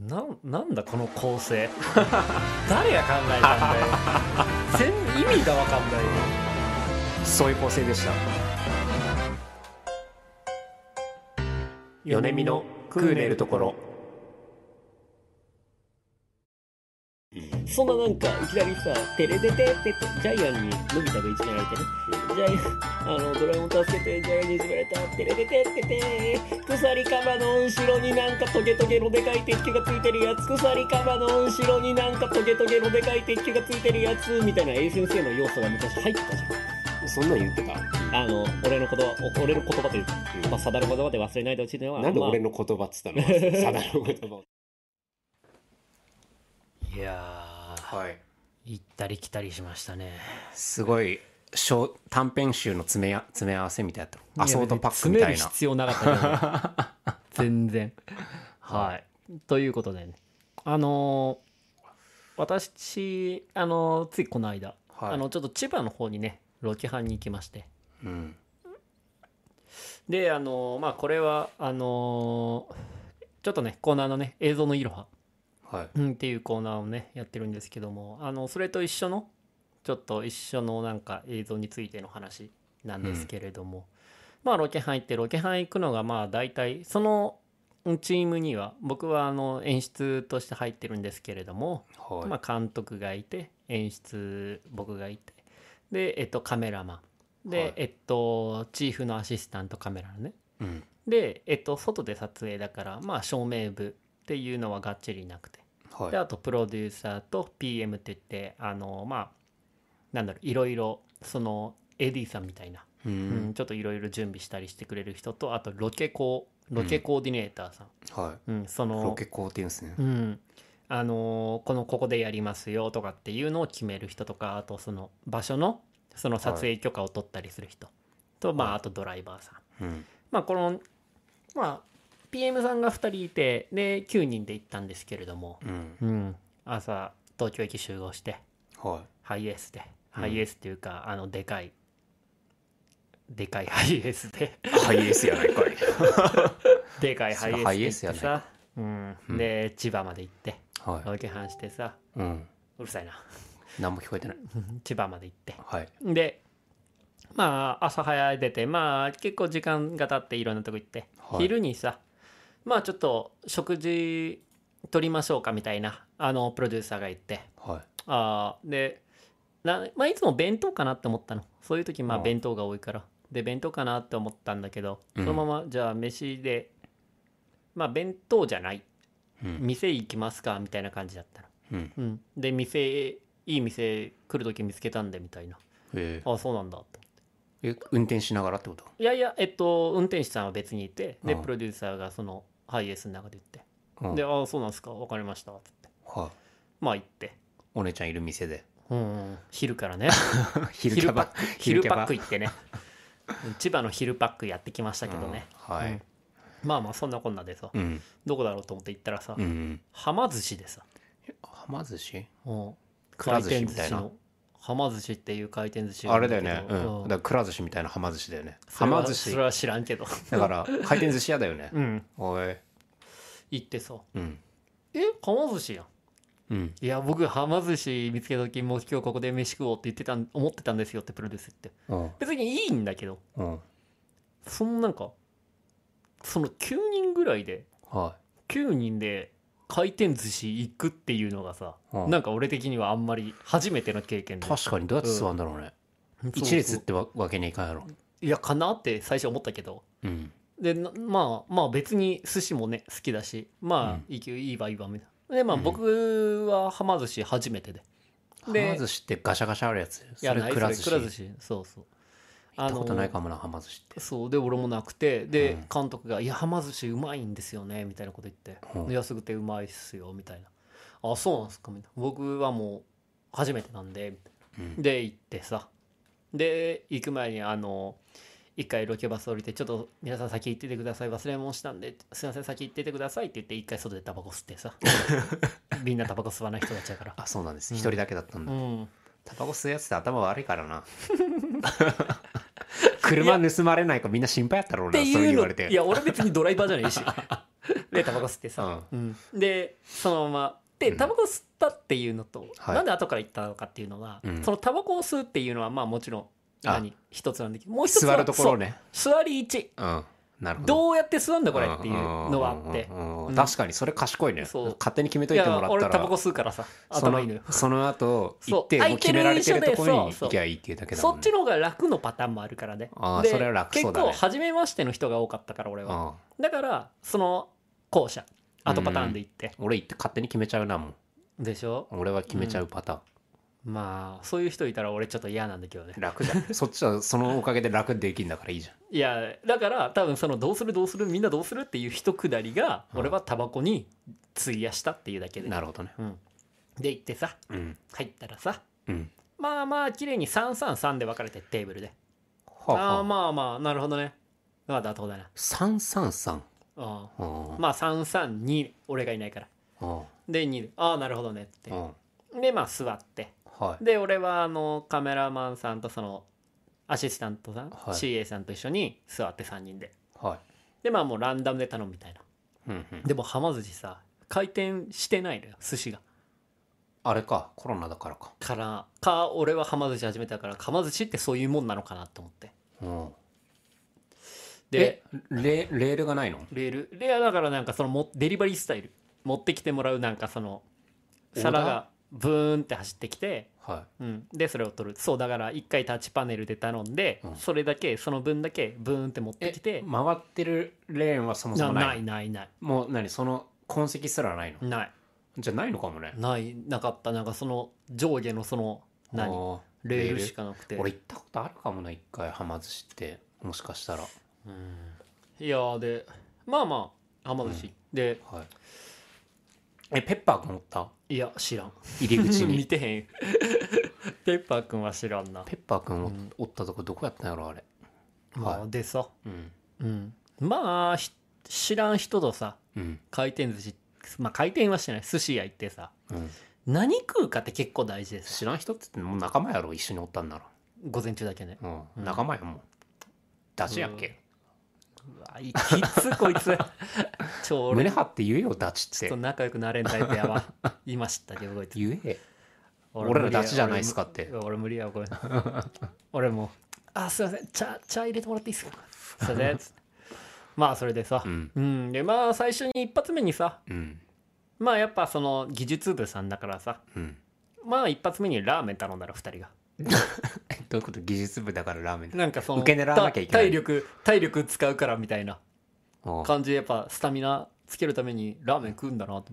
Speaker 1: なんなんだこの構成 誰が考えたんだよ全意味が分かんないよ
Speaker 2: そういう構成でした米見のクーネるところ
Speaker 1: そんななんかいきなりさ「テレテテテ」ジャイアンにのび太がいじめられてねジャイアンあのドラえもん助けてジャイアンにいじめられた「テレテテテテ」鎖カバの後ろになんかトゲトゲのでかい鉄球がついてるやつ鎖カバの後ろになんかトゲトゲのでかい鉄球がついてるやつみたいな A 先生の要素が昔入ってたじゃんそんなん言ってたあの俺の言葉お俺の言葉というか、まあ、定の言葉で忘れないでほしいのは
Speaker 3: なんで俺
Speaker 1: ま
Speaker 3: の言葉っつったのサダの言葉
Speaker 1: あいやー
Speaker 2: はい
Speaker 1: 行ったり来たりしましたね
Speaker 2: すごい小短編集の詰めや詰め合わせみたいなアソートパックみ
Speaker 1: い
Speaker 2: た
Speaker 1: や
Speaker 2: い
Speaker 1: 別に詰める
Speaker 2: な
Speaker 1: 必要なかっ たけど全然はいということでねあのー私あのーついこの間、
Speaker 2: はい
Speaker 1: あのちょっと千葉の方にねロケハンに行きまして
Speaker 2: うん
Speaker 1: であのーまあこれはあのーちょっとねコーナーのね映像のいろは
Speaker 2: はい
Speaker 1: うんっていうコーナーをねやってるんですけどもあのそれと一緒のちょっと一緒のなんか映像についての話なんですけれども、まあロケハン行ってロケハン行くのがまあ大体そのうんチームには僕はあの演出として入ってるんですけれども、
Speaker 2: はい、
Speaker 1: まあ、監督がいて演出僕がいてで、えっと、カメラマンで、
Speaker 2: はい
Speaker 1: えっとチーフのアシスタントカメラのね
Speaker 2: うん
Speaker 1: で、えっと、外で撮影だからまあ照明部っていうのはがっちりなくて
Speaker 2: はい
Speaker 1: であとプロデューサーと PM って言ってあのまあなんだろういろいろその AD さんみたいな、
Speaker 2: う
Speaker 1: うんん、ちょっといろいろ準備したりしてくれる人とあとロケコロケコーディネーターさん、
Speaker 2: は
Speaker 1: うんそ
Speaker 2: い
Speaker 1: の
Speaker 2: ロケ工っていうんですね
Speaker 1: うん、あのーこのここでやりますよとかっていうのを決める人とかあとその場所のその撮影許可を取ったりする人、とま
Speaker 2: は
Speaker 1: あ
Speaker 2: い
Speaker 1: あとドライバーさん、
Speaker 2: うん
Speaker 1: まあこのまあ PM さんが2人いてで9人で行ったんですけれども、
Speaker 2: うん
Speaker 1: うん、朝東京駅集合して
Speaker 2: は
Speaker 1: ハイエースで
Speaker 2: うん
Speaker 1: ハイエースっていうか、あのでかいでかいハイエースで
Speaker 2: いハイエースやないかい
Speaker 1: でかいハイエース
Speaker 2: ハイエース
Speaker 1: で行っ
Speaker 2: やね
Speaker 1: てさ、うん、
Speaker 2: うん
Speaker 1: で千葉まで行って
Speaker 2: は
Speaker 1: ロケハンしてさ
Speaker 2: いうん
Speaker 1: うるさいな
Speaker 2: 何も聞こえてない
Speaker 1: 千葉まで行って
Speaker 2: はい
Speaker 1: でまあ朝早い出てまあ結構時間が経っていろんなとこ行って、
Speaker 2: はい
Speaker 1: 昼にさまあちょっと食事取りましょうかみたいなあのプロデューサーが言って
Speaker 2: は
Speaker 1: あーでな、まあ、いつも弁当かなって思ったのそういう時まあ
Speaker 2: うん
Speaker 1: 弁当が多いから、で弁当かなって思ったんだけど
Speaker 2: う
Speaker 1: そ
Speaker 2: ん
Speaker 1: のままじゃあ飯でまあ弁当じゃない
Speaker 2: いうん
Speaker 1: 店行きますかみたいな感じだったの、
Speaker 2: うん
Speaker 1: うん、で店いい店来る時見つけたんでみたいな
Speaker 2: え
Speaker 1: あそうなんだと
Speaker 2: ええ運転しながらってこと
Speaker 1: いやいやえっと運転手さんは別にいてで
Speaker 2: うん
Speaker 1: プロデューサーがそのハイエースの中で言って
Speaker 2: うん
Speaker 1: で「ああそうなんですか分かりました」つって
Speaker 2: はい
Speaker 1: まあ行って
Speaker 2: お姉ちゃんいる店 で
Speaker 1: うん昼からね
Speaker 2: 昼キ
Speaker 1: 昼パ
Speaker 2: ャバ
Speaker 1: ック昼パック
Speaker 2: 行っ
Speaker 1: 行ってね 千葉の昼パックやってきました
Speaker 2: た
Speaker 1: けどね、
Speaker 2: は
Speaker 1: うん
Speaker 2: い
Speaker 1: まあまあそんなこんなでさ、
Speaker 2: うん
Speaker 1: どこだろうと思って行ったらさ、
Speaker 2: うん
Speaker 1: はま寿司でさ、
Speaker 2: はま寿司
Speaker 1: うん、
Speaker 2: くら寿司みたい
Speaker 1: 回転寿
Speaker 2: な
Speaker 1: 司のはま寿司っていう回転寿司が
Speaker 2: あれだよ
Speaker 1: ん
Speaker 2: ね
Speaker 1: け
Speaker 2: う
Speaker 1: ど
Speaker 2: んだからくら寿司みたいなはま寿司だよね
Speaker 1: そ
Speaker 2: は
Speaker 1: れは
Speaker 2: ま寿司
Speaker 1: それは知らんけど
Speaker 2: だから回転寿司屋だよね
Speaker 1: うん
Speaker 2: おい
Speaker 1: 行ってさ
Speaker 2: うん
Speaker 1: 「えはま寿司やん」
Speaker 2: うん
Speaker 1: いや僕はま寿司見つけた時もう今日ここで飯食おうって言ってたん思ってたんですよってプロデュースって
Speaker 2: うん
Speaker 1: 別にいいんだけど
Speaker 2: うん
Speaker 1: そのなんかその9人ぐらいで
Speaker 2: は
Speaker 1: 9人で回転寿司行くっていうのがさ、
Speaker 2: うん
Speaker 1: なんか俺的にはあんまり初めての経験
Speaker 2: い
Speaker 1: で
Speaker 2: 確かにどうやって座るんだろうね
Speaker 1: そうそう
Speaker 2: 一列ってわわけにはいかんやろ
Speaker 1: いやかなって最初思ったけど
Speaker 2: うん
Speaker 1: でなまあまあ別に寿司もね好きだしまあ
Speaker 2: うん、
Speaker 1: いいけいいわいいわみたいなでまあ
Speaker 2: うん
Speaker 1: 僕ははま寿司初めてで
Speaker 2: は
Speaker 1: で
Speaker 2: ま寿司ってガシャガシャあるやつ
Speaker 1: いや
Speaker 2: それ
Speaker 1: ない
Speaker 2: くら寿
Speaker 1: それくら寿
Speaker 2: 司
Speaker 1: 司そうそう
Speaker 2: 行ったことないかもなはま寿司って
Speaker 1: そうで俺もなくてで、
Speaker 2: うん
Speaker 1: 監督が「いやはま寿司うまいんですよね」みたいなこと言って
Speaker 2: うん
Speaker 1: 「安くてうまいっすよ」みたいな「あそうなんですか」みたいな僕はもう初めてなんでみたい
Speaker 2: うん
Speaker 1: なで行ってさで行く前にあの一回ロケバス降りて「ちょっと皆さん先行っててください忘れ物したんですいません先行っててください」って言って一回外でタバコ吸って さみんなタバコ吸わない人たちだから
Speaker 2: あそうなんです
Speaker 1: うん
Speaker 2: 一人だけだったん
Speaker 1: う
Speaker 2: だ
Speaker 1: ん
Speaker 2: タバコ吸うやつって頭悪いからな車盗まれないかみんな心配やったろう
Speaker 1: っ
Speaker 2: な
Speaker 1: て
Speaker 2: そう
Speaker 1: いう
Speaker 2: 言わ
Speaker 1: の
Speaker 2: れて
Speaker 1: いや俺別にドライバーじゃ ないしでタバコ吸ってさ、うんでそのままで
Speaker 2: うん
Speaker 1: タバコ吸ったっていうのと、
Speaker 2: はい
Speaker 1: なんで後から言ったのかっていうのは、
Speaker 2: うん
Speaker 1: そのタバコを吸うっていうのはまあもちろん
Speaker 2: あ
Speaker 1: 何一つなんだけどもう一つは
Speaker 2: 座るところね
Speaker 1: そう座り位置
Speaker 2: うんなるほど
Speaker 1: どうやって座んだこれっていうのがあって
Speaker 2: うんうんうん
Speaker 1: うん
Speaker 2: 確かにそれ賢いね
Speaker 1: そう
Speaker 2: 勝手に決めと
Speaker 1: い
Speaker 2: いても
Speaker 1: や
Speaker 2: らっ
Speaker 1: 俺
Speaker 2: た
Speaker 1: タバコ
Speaker 2: ら
Speaker 1: 吸うからさ
Speaker 2: そ
Speaker 1: 頭いいのよ
Speaker 2: のその後
Speaker 1: そう
Speaker 2: 行っても
Speaker 1: 空
Speaker 2: う
Speaker 1: い
Speaker 2: 決
Speaker 1: て
Speaker 2: め
Speaker 1: る
Speaker 2: られてるとこ
Speaker 1: そ
Speaker 2: に
Speaker 1: うそ
Speaker 2: 行
Speaker 1: う
Speaker 2: きゃいいっていうだけだ
Speaker 1: そ
Speaker 2: もん
Speaker 1: っ
Speaker 2: ね
Speaker 1: ちの方が楽のパターンもあるからね
Speaker 2: あー
Speaker 1: で
Speaker 2: それは楽そうだね
Speaker 1: 結構初めましての人が多かったから俺は
Speaker 2: うん
Speaker 1: だからその後者後パターンで行って
Speaker 2: 俺行って勝手に決めちゃうなもん
Speaker 1: でしょ
Speaker 2: 俺は決めちゃうパターン
Speaker 1: まあそういう人いたら俺ちょっと嫌なんだけどね
Speaker 2: 楽じゃんそっちはそのおかげで楽できんだからいいじゃん
Speaker 1: いやだから多分そのどうするどうするみんなどうするっていう一くだりが
Speaker 2: うん
Speaker 1: 俺はタバコに費やしたっていうだけで、
Speaker 2: なるほどね
Speaker 1: うん、で行ってさ
Speaker 2: うん
Speaker 1: 入ったらさ
Speaker 2: うん
Speaker 1: まあまあ綺麗に333で分かれてテーブルであ
Speaker 2: はあ
Speaker 1: あ
Speaker 2: はあ
Speaker 1: まあまあなるほどねまあ妥当だな
Speaker 2: 333
Speaker 1: あ
Speaker 2: う
Speaker 1: あ
Speaker 2: ん
Speaker 1: まあ332俺がいないから
Speaker 2: うん
Speaker 1: で2でああなるほどねって
Speaker 2: うん
Speaker 1: でまあ座って
Speaker 2: はい
Speaker 1: で俺はあのカメラマンさんとそのアシスタントさん、
Speaker 2: はい
Speaker 1: CA さんと一緒に座って3人で
Speaker 2: は
Speaker 1: でまあもうランダムで頼むみたいない
Speaker 2: うんうん
Speaker 1: でもはま寿司さ回転してないのよ寿司が
Speaker 2: あれかコロナだからか
Speaker 1: からか俺ははま寿司始めたからかま寿司ってそういうもんなのかなと思って
Speaker 2: うん
Speaker 1: で
Speaker 2: でレレールがないの
Speaker 1: レールレアだからなんかそのもデリバリースタイル持ってきてもらうなんかその
Speaker 2: オーダー
Speaker 1: 皿がブーンって走ってきて、
Speaker 2: は
Speaker 1: うん、でそれを取るそうだから一回タッチパネルで頼んで、
Speaker 2: うん
Speaker 1: それだけその分だけブーンって持っ
Speaker 2: い
Speaker 1: てきて
Speaker 2: 回ってるレーンはそもそ
Speaker 1: な
Speaker 2: も
Speaker 1: な
Speaker 2: ないい
Speaker 1: ないない
Speaker 2: もう何その痕跡すらないの
Speaker 1: ない
Speaker 2: じゃあないのかもね
Speaker 1: ないなかったなんかその上下のその何
Speaker 2: あ
Speaker 1: レールしかなくて
Speaker 2: 俺行ったことあるかもな一回はま寿司ってもしかしたら
Speaker 1: いやーでまあまあはま寿司、で
Speaker 2: はいえペッパーくんおった
Speaker 1: いや知らん
Speaker 2: 入り口
Speaker 1: 見
Speaker 2: に
Speaker 1: てへんペッパーくんは知らんな、
Speaker 2: ペッパーくんおおったとこどこやったんやろあれ
Speaker 1: まあ、
Speaker 2: は
Speaker 1: でさ、
Speaker 2: いうん
Speaker 1: うん、まあひ知らん人とさ
Speaker 2: うん
Speaker 1: 回転寿司まあ回転はしてない寿司屋行ってさ
Speaker 2: うん
Speaker 1: 何食うかって結構大事です
Speaker 2: 知らん人って言ってもう仲間やろ一緒におったんなら
Speaker 1: 午前中だけね
Speaker 2: うん仲間やもんダチやっけ
Speaker 1: うわいきつこい つちょ俺
Speaker 2: 胸張って言えよダチっ
Speaker 1: ちょ
Speaker 2: て
Speaker 1: っと仲良くなれんタイプやわ今知ったけどこいつ
Speaker 2: 言え俺らダチじゃないっすかって
Speaker 1: 俺無理やわこれ俺も「あすいません茶茶入れてもらっていいっすか?」それでまあそれでさ、
Speaker 2: うん
Speaker 1: うん、でまあ最初に一発目にさ
Speaker 2: うん
Speaker 1: まあやっぱその技術部さんだからさ
Speaker 2: うん
Speaker 1: まあ一発目にラーメン頼んだら二人が
Speaker 2: どういうこと技術部だからラーメン
Speaker 1: なんかその
Speaker 2: 受け狙わなきゃいけない
Speaker 1: た体力体力使うからみたいな
Speaker 2: ああ
Speaker 1: 感じでやっぱスタミナつけるためにラーメン食うんだなと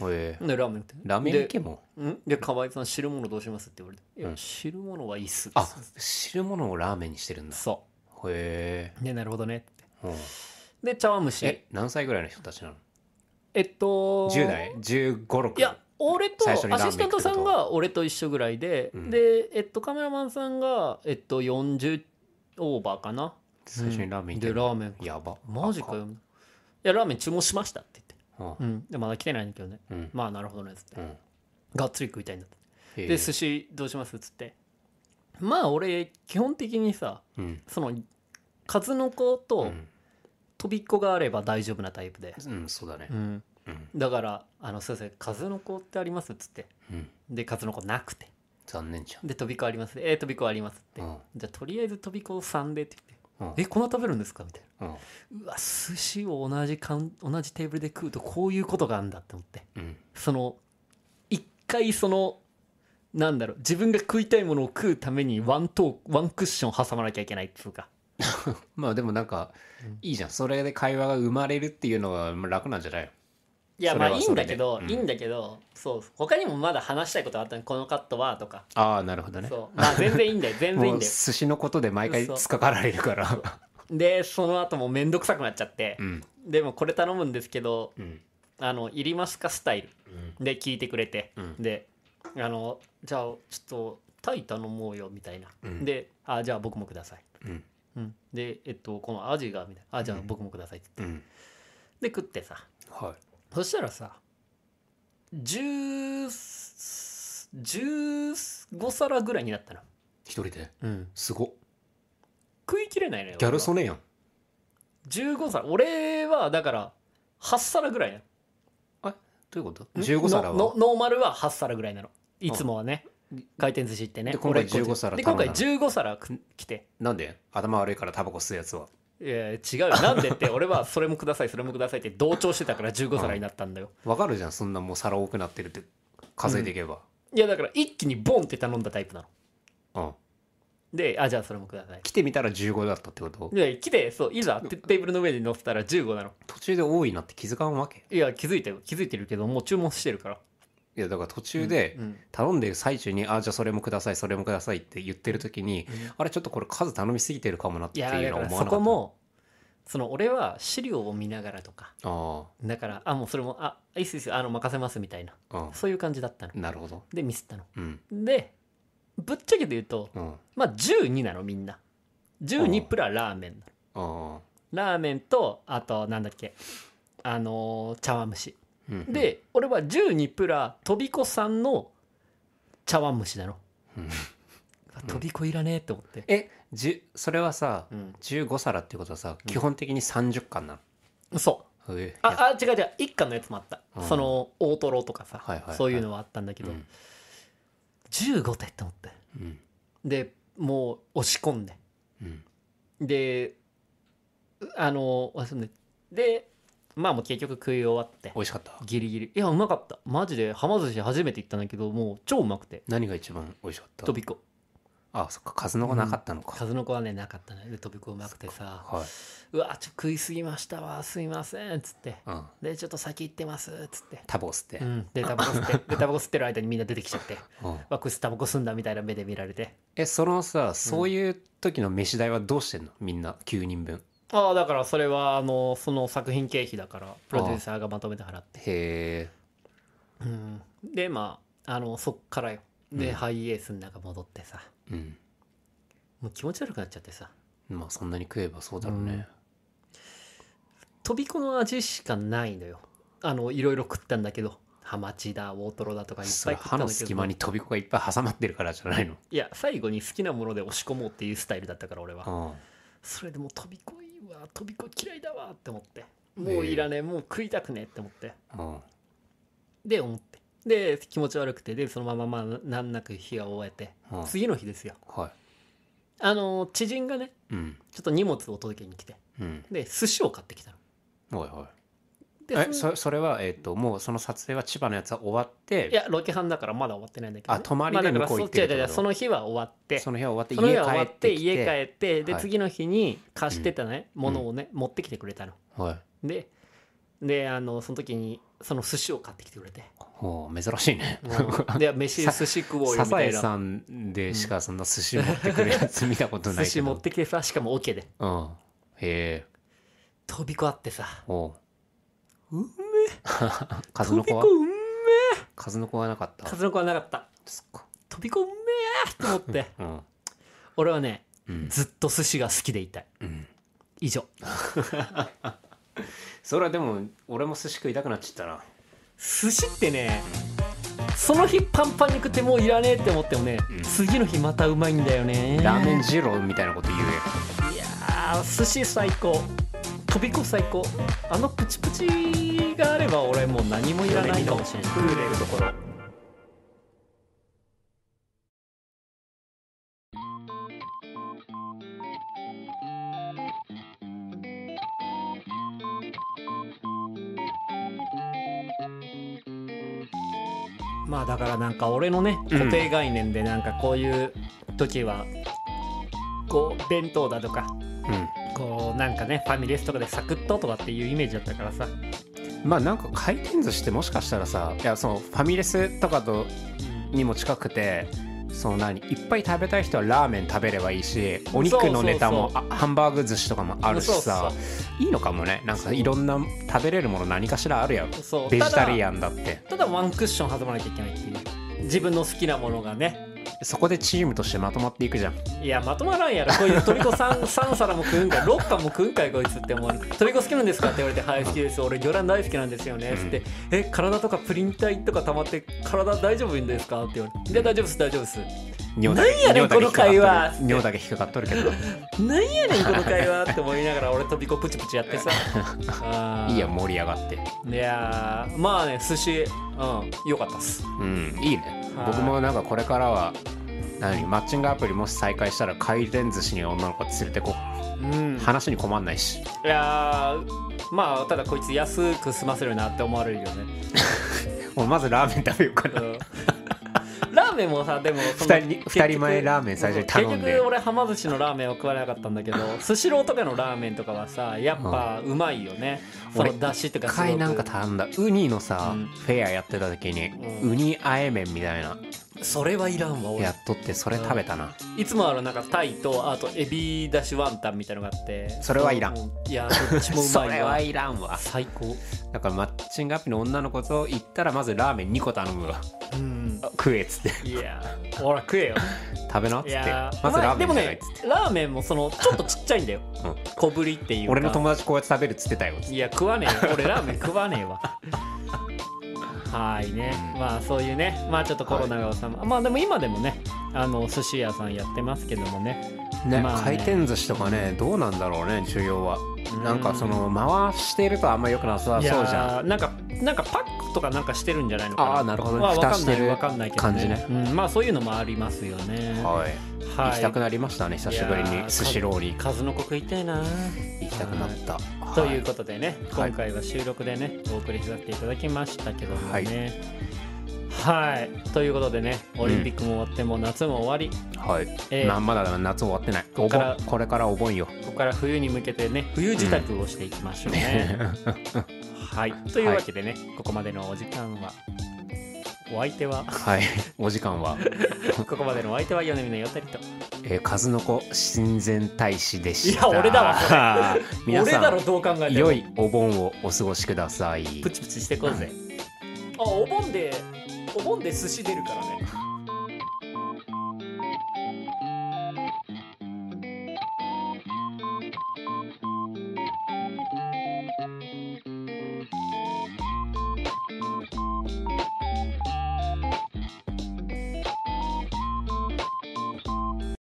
Speaker 1: 思って
Speaker 2: へえ
Speaker 1: でラーメン食って
Speaker 2: ラーメン行けも
Speaker 1: でんで河合さん汁物どうしますって言われて「いや
Speaker 2: うん
Speaker 1: 汁物はいいっす」
Speaker 2: あ汁物をラーメンにしてるんだへ
Speaker 1: そ
Speaker 2: え
Speaker 1: うでなるほどねって
Speaker 2: うん
Speaker 1: で茶碗蒸し
Speaker 2: え何歳ぐらいの人たちなの
Speaker 1: えっと
Speaker 2: 10代1 5六
Speaker 1: いや俺と
Speaker 2: 最
Speaker 1: ア
Speaker 2: 初にラーメン
Speaker 1: シスタントさんが俺と一緒ぐらいで、
Speaker 2: うん
Speaker 1: で、えっと、カメラマンさんが、えっと、40オーバーかな
Speaker 2: 最初にラーメン行って
Speaker 1: で
Speaker 2: る
Speaker 1: ラーメン
Speaker 2: やば
Speaker 1: マジかよいやラーメン注文しましたって
Speaker 2: あ
Speaker 1: 言って、うん、でまだ来てないんだけどね
Speaker 2: うん
Speaker 1: まあなるほどねっつって、
Speaker 2: うん
Speaker 1: がっつり食いたいんだって
Speaker 2: へえ
Speaker 1: で寿司どうしますっつってまあ俺基本的にさ
Speaker 2: うん
Speaker 1: その数の子
Speaker 2: う
Speaker 1: と
Speaker 2: ん
Speaker 1: とびっこがあれば大丈夫なタイプで、
Speaker 2: うんそうだね
Speaker 1: うん
Speaker 2: うん
Speaker 1: だから「あのすいません数の子ってあります?」っつって
Speaker 2: うん
Speaker 1: で数の子なくて
Speaker 2: 残念じゃん
Speaker 1: で飛び子ありますえー、飛び子ありますって、
Speaker 2: うん
Speaker 1: じゃあとりあえず飛び子3でって言って、
Speaker 2: うん
Speaker 1: えこんな食べるんですかみたい
Speaker 2: うん
Speaker 1: なうわ寿司を同じかん同じテーブルで食うとこういうことがあるんだって思って
Speaker 2: うん
Speaker 1: その一回そのなんだろう自分が食いたいものを食うためにワントークワンクッション挟まなきゃいけないっつうか
Speaker 2: まあでもなんかいいじゃんそれで会話が生まれるっていうのが楽なんじゃない
Speaker 1: いや
Speaker 2: そ
Speaker 1: ま
Speaker 2: れ
Speaker 1: あ
Speaker 2: はい
Speaker 1: いんだけど、
Speaker 2: それでうん
Speaker 1: いいんだけどそう他にもまだ話したいことあったのこのカットはとか、
Speaker 2: ああなるほどね
Speaker 1: そうまあ全然いいんだよ全然いい
Speaker 2: も
Speaker 1: ん
Speaker 2: う
Speaker 1: だよ
Speaker 2: 寿司のことで毎回
Speaker 1: そう
Speaker 2: つっかかられるから
Speaker 1: でその後も面倒くさくなっちゃって、
Speaker 2: うん
Speaker 1: でもこれ頼むんですけど
Speaker 2: うん
Speaker 1: あのいりますかスタイルで聞いてくれて、
Speaker 2: うん
Speaker 1: であのじゃあちょっとタイ頼もうよみたいな、
Speaker 2: うん
Speaker 1: であじゃあ僕もください、
Speaker 2: うん
Speaker 1: うん、でえっとこのアジがみたいなあじゃあ僕もくださいって
Speaker 2: うん
Speaker 1: で食ってさ
Speaker 2: は
Speaker 1: そしたらさ10 15皿ぐらいになったの、
Speaker 2: い一人で
Speaker 1: うん、
Speaker 2: すごっ
Speaker 1: 食いきれないのよ
Speaker 2: ギャル曽
Speaker 1: 根
Speaker 2: 根やん
Speaker 1: 15皿俺はだから8皿ぐらいなの
Speaker 2: どういうこと
Speaker 1: ん
Speaker 2: 15皿
Speaker 1: のの
Speaker 2: は
Speaker 1: ノーマルは8皿ぐらいなのいつもはね回転寿司ってね
Speaker 2: で今回
Speaker 1: 俺個人
Speaker 2: 15皿
Speaker 1: で今回
Speaker 2: 頼
Speaker 1: 15皿く来て
Speaker 2: なんで頭悪いからタバコ吸うやつはい
Speaker 1: や違 うよなんでって俺はそれもくださいそれもくださいって同調してたから15皿になったんだよ
Speaker 2: わかるじゃんそんなもう皿多くなってるって数えていけば
Speaker 1: いやだから一気にボンって頼んだタイプなの
Speaker 2: うん
Speaker 1: であじゃあそれもください
Speaker 2: 来てみたら15だったってこと
Speaker 1: で来てそういざテテーブルの上に乗せたら15なの
Speaker 2: 途中で多いなって気づかんわけ
Speaker 1: いや気づいたよ気づいてるけどもう注文してるから
Speaker 2: いやだから途中で
Speaker 1: うん
Speaker 2: 頼んでる最中に「あじゃあそれもくださいそれもください」って言ってる時に、
Speaker 1: ん
Speaker 2: あれちょっとこれ数頼みすぎてるかもなって
Speaker 1: い
Speaker 2: いう
Speaker 1: やだか
Speaker 2: のは
Speaker 1: ら
Speaker 2: 思わ
Speaker 1: そ
Speaker 2: なか
Speaker 1: こ
Speaker 2: っ
Speaker 1: もその俺は資料を見ながらとか
Speaker 2: たあ
Speaker 1: だからあもうそれもあいいっすいいっすあの任せますみたいな
Speaker 2: あ
Speaker 1: そういう感じだったの
Speaker 2: うんなるほど
Speaker 1: でミスったの
Speaker 2: うん
Speaker 1: でぶっちゃけて言うと
Speaker 2: うんあ
Speaker 1: まあ12なのみんな12プララーメンなの
Speaker 2: あ
Speaker 1: ラーメンとあとなんだっけあのー茶碗蒸し
Speaker 2: うん
Speaker 1: で俺は12プラとびこさんの茶碗蒸しなの
Speaker 2: うん
Speaker 1: とびこいらねえって思って
Speaker 2: えじゅそれはさ、
Speaker 1: うん
Speaker 2: 15皿ってことはさ基本的に30巻な
Speaker 1: そう
Speaker 2: の、へえいや
Speaker 1: ああ違う違う一貫のやつもあった、
Speaker 2: うん
Speaker 1: その大トロとかさ、
Speaker 2: はいはいはい
Speaker 1: そういうのはあったんだけど、
Speaker 2: うん
Speaker 1: 15点って思って
Speaker 2: うん
Speaker 1: でもう押し込んで
Speaker 2: うん
Speaker 1: でうあの押し込んででまあもう結局食い終わって
Speaker 2: 美味しかった
Speaker 1: ギリギリいやうまかったマジではま寿司初めて行ったんだけどもう超うまくて
Speaker 2: 何が一番美味しかった
Speaker 1: とびこ
Speaker 2: あそっか数の子なかったのか、
Speaker 1: 数の子はねなかったのよでとびこうまくてさ
Speaker 2: はい、
Speaker 1: うわちょっと食いすぎましたわすいませんっつって
Speaker 2: うん、
Speaker 1: でちょっと先行ってますっつって
Speaker 2: タバコ吸っ
Speaker 1: う
Speaker 2: て、
Speaker 1: ん、でタバコ 吸ってでタバコ吸ってる間にみんな出てきちゃって
Speaker 2: うん
Speaker 1: わこいつタバコ吸うんだみたいな目で見られて
Speaker 2: えそのさそういう時の飯代はどうしてんのみんな9人分
Speaker 1: ああだからそれはあのその作品経費だからプロデューサーがまとめて払って
Speaker 2: へえ
Speaker 1: うんでまああのそっからよで、
Speaker 2: うん
Speaker 1: ハイエースの中戻ってさ
Speaker 2: うん
Speaker 1: もう気持ち悪くなっちゃってさ
Speaker 2: まあそんなに食えばそうだろうね、
Speaker 1: とびこの味しかないのよあのいろいろ食ったんだけどハマチだ大トロだとかいっ
Speaker 2: そ
Speaker 1: ぱい
Speaker 2: れ
Speaker 1: 食った
Speaker 2: 歯
Speaker 1: んだ
Speaker 2: の
Speaker 1: けど
Speaker 2: 隙間に飛び子がいっぱい挟まってるからじゃないの
Speaker 1: いや最後に好きなもので押し込もうっていうスタイルだったから俺は
Speaker 2: あ
Speaker 1: それでもう飛びこいわ飛びこ嫌いだわって思ってもういらねえもう食いたくねえって思って
Speaker 2: あうん
Speaker 1: で思ってで気持ち悪くてでそのまままあ難なく日が終えて
Speaker 2: うん
Speaker 1: 次の日ですよ
Speaker 2: は
Speaker 1: あの知人がね
Speaker 2: いうん
Speaker 1: ちょっと荷物を届けに来て
Speaker 2: うん
Speaker 1: で寿司を買ってきたの
Speaker 2: はいは
Speaker 1: で
Speaker 2: いえ
Speaker 1: その
Speaker 2: そそれはえっ、ともうその撮影は千葉のやつは終わっ
Speaker 1: い
Speaker 2: て
Speaker 1: やロケハンだからまだ終わってないんだけど、
Speaker 2: あ泊まりで
Speaker 1: あだから
Speaker 2: 向こう行ってるっ
Speaker 1: そ
Speaker 2: て
Speaker 1: 違う違う
Speaker 2: こと
Speaker 1: その日は終わって
Speaker 2: その部屋終わって
Speaker 1: その日
Speaker 2: 家
Speaker 1: は終わ
Speaker 2: 帰
Speaker 1: っ
Speaker 2: って
Speaker 1: て
Speaker 2: きて
Speaker 1: 家帰ってで
Speaker 2: はい
Speaker 1: 次の日に貸してたね、
Speaker 2: ん
Speaker 1: ものをね持ってきてくれたの
Speaker 2: はい
Speaker 1: でであのその時にその寿司を買ってきてくれて
Speaker 2: ほう珍しい ね
Speaker 1: うんで飯
Speaker 2: さ
Speaker 1: 寿司食おうよ
Speaker 2: サ
Speaker 1: み
Speaker 2: ザ
Speaker 1: た
Speaker 2: エ
Speaker 1: いな
Speaker 2: さんでしかそんな寿司持ってくるやつ見たことな
Speaker 1: 寿
Speaker 2: いけ
Speaker 1: 司
Speaker 2: ど
Speaker 1: 持ってきてさしかもオ、ケで
Speaker 2: うんへえ
Speaker 1: 飛び子あってさ
Speaker 2: おう
Speaker 1: うめ
Speaker 2: 数
Speaker 1: 飛
Speaker 2: の
Speaker 1: び
Speaker 2: 子
Speaker 1: 子
Speaker 2: は
Speaker 1: うめ
Speaker 2: 数の子はなかった
Speaker 1: 数の子はなかった
Speaker 2: そっか
Speaker 1: 飛び子うめえと思って
Speaker 2: うん
Speaker 1: 俺はね
Speaker 2: うん
Speaker 1: ずっと寿司が好きでいたい
Speaker 2: うん
Speaker 1: 以上
Speaker 2: それはでも俺も寿司食いたくなっちゃったな
Speaker 1: 寿司ってねその日パンパンに食ってもういらねえって思ってもね、
Speaker 2: うん
Speaker 1: 次の日またうまいんだよね
Speaker 2: ラーメン二郎みたいなこと言うよ
Speaker 1: いやー寿司最高とびこ最高あのプチプチがあれば俺もう何もいらないかもしれない
Speaker 3: プーレルところ
Speaker 1: まあだからなんか俺のね
Speaker 2: うん
Speaker 1: 固定概念でなんかこういう時は、こう弁当だとか
Speaker 2: う
Speaker 1: こうなんかねファミレスとかでサクッととかっていうイメージだったからさ
Speaker 2: まあなんか回転寿司ってもしかしたらさいやそのファミレスとかとにも近くてその何いっぱい食べたい人はラーメン食べればいいしお肉のネタも
Speaker 1: そう
Speaker 2: あハンバーグ寿司とかもあるし
Speaker 1: そう
Speaker 2: さいいのかもねなんかいろんな食べれるもの何かしらあるやろ
Speaker 1: そう
Speaker 2: ベジタリ
Speaker 1: ン
Speaker 2: アンだって
Speaker 1: ただワンクッション挟まなきゃいけないっていう自分の好きなものがね
Speaker 2: そこでチームとしてまとまっていくじゃん
Speaker 1: いやまとまらんやろ こういうトリコ 3, 3皿も食うんかい6貫も食うんかいこいつって思われてトリコ好きなんですかって 言われて「はい好きです俺魚卵大好きなんですよね」つって「え体とかプリン体とか溜まって体大丈夫ですか?」って言われて「いや大丈夫です大丈夫です」
Speaker 2: 尿だけ
Speaker 1: なんやねん
Speaker 2: 尿だけ
Speaker 1: この会話
Speaker 2: 引っかかっとる尿だけ引っかかっとるけど
Speaker 1: なんやねんこの会話って思いながら俺トリコプチプチや ってさあー
Speaker 2: いいや盛り上がって
Speaker 1: いやーまあね寿司うんよかったっす
Speaker 2: うんいいね
Speaker 1: はい
Speaker 2: 僕もなんかこれからは何マッチングアプリもし再開したら回転寿司に女の子連れてこう
Speaker 1: うん
Speaker 2: 話に困んないし
Speaker 1: いやーまあただこいつ安く済ませるなって思われるよね、
Speaker 2: もうまずラーメン食べようか
Speaker 1: う
Speaker 2: なん
Speaker 1: ラーメンもさでもその
Speaker 2: 二人に二人前ラーメン最初に頼んで
Speaker 1: 結局俺はま寿司のラーメンを食わなかったんだけどスシローとかのラーメンとかはさやっぱうまいよね、そ
Speaker 2: 俺
Speaker 1: のだしとか
Speaker 2: 一
Speaker 1: すご
Speaker 2: 回
Speaker 1: く
Speaker 2: なんか頼んだウニのさ、
Speaker 1: うん
Speaker 2: フェアやってた時に、
Speaker 1: うん
Speaker 2: ウニあえ麺みたいな
Speaker 1: それはいらんわ俺
Speaker 2: やっとってそれ食べたな、
Speaker 1: いつもあのなんかタイとあとエビだしワンタンみたいのがあって
Speaker 2: それはいらん
Speaker 1: そういやどっちもう
Speaker 2: そ
Speaker 1: まい
Speaker 2: れ
Speaker 1: わ
Speaker 2: はいらんわ
Speaker 1: 最高
Speaker 2: だからマッチングアプリの女の子と行ったらまずラーメン2個頼むわ
Speaker 1: うん
Speaker 2: 食えっつって
Speaker 1: いやほら食えよ
Speaker 2: 食べなっつっ
Speaker 1: い
Speaker 2: て
Speaker 1: や
Speaker 2: まずラーメ
Speaker 1: で
Speaker 2: ン
Speaker 1: も
Speaker 2: じゃないっ
Speaker 1: ね
Speaker 2: つって、
Speaker 1: ラーメンもそのちょっとちっちゃいんだよ
Speaker 2: うん
Speaker 1: 小ぶりっていうか
Speaker 2: 俺の友達こうやって食べるっつってたよっつって
Speaker 1: いや食わねえよ俺ラーメン食わねえわはいね
Speaker 2: うん
Speaker 1: まあそういうねまあちょっとコロナが収ま、まあでも今でもねあの寿司屋さんやってますけどもね
Speaker 2: ね
Speaker 1: まあね
Speaker 2: 回転寿司とかねどうなんだろうね需要は
Speaker 1: うん
Speaker 2: なんかその回してるとあんま良くなさそう
Speaker 1: い
Speaker 2: じ
Speaker 1: や
Speaker 2: ゃ
Speaker 1: ー
Speaker 2: ん
Speaker 1: なんかなんかパックとかなんかしてるんじゃないのかな
Speaker 2: ああなるほど
Speaker 1: ま
Speaker 2: ね
Speaker 1: あ、わ
Speaker 2: 蓋
Speaker 1: かん
Speaker 2: し
Speaker 1: な
Speaker 2: て
Speaker 1: いわ
Speaker 2: る
Speaker 1: かんないけど、
Speaker 2: 感じね
Speaker 1: うん、まあそういうのもありますよね
Speaker 2: はい
Speaker 1: は
Speaker 2: 行きたくなりましたね久しぶり
Speaker 1: いや
Speaker 2: に
Speaker 1: ー
Speaker 2: スシローに
Speaker 1: 数の子食いたいな、
Speaker 2: 行きたくなったはい
Speaker 1: ということでね
Speaker 2: はい
Speaker 1: 今回は収録でねお送りさせていただきましたけども
Speaker 2: はい
Speaker 1: ねはい、ということでねオリンピックも終わってもう夏も終わり、
Speaker 2: はい
Speaker 1: えー
Speaker 2: まあまだ夏終わってない
Speaker 1: こっから
Speaker 2: お盆これからお盆よ
Speaker 1: ここから冬に向けてね冬支度をしていきましょうね、はいというわけでね、ここまでのお時間はお相手 は
Speaker 2: はいお時間は
Speaker 1: ここまでのお相手は米峰よたりと
Speaker 2: えー、数の子親善大使でした
Speaker 1: いや俺だ
Speaker 2: わ 皆さ
Speaker 1: 俺だろ
Speaker 2: ん
Speaker 1: どう考えても
Speaker 2: 良いお盆をお過ごしください
Speaker 1: プチプチしてこうぜ、あお盆でお盆で寿司出るからね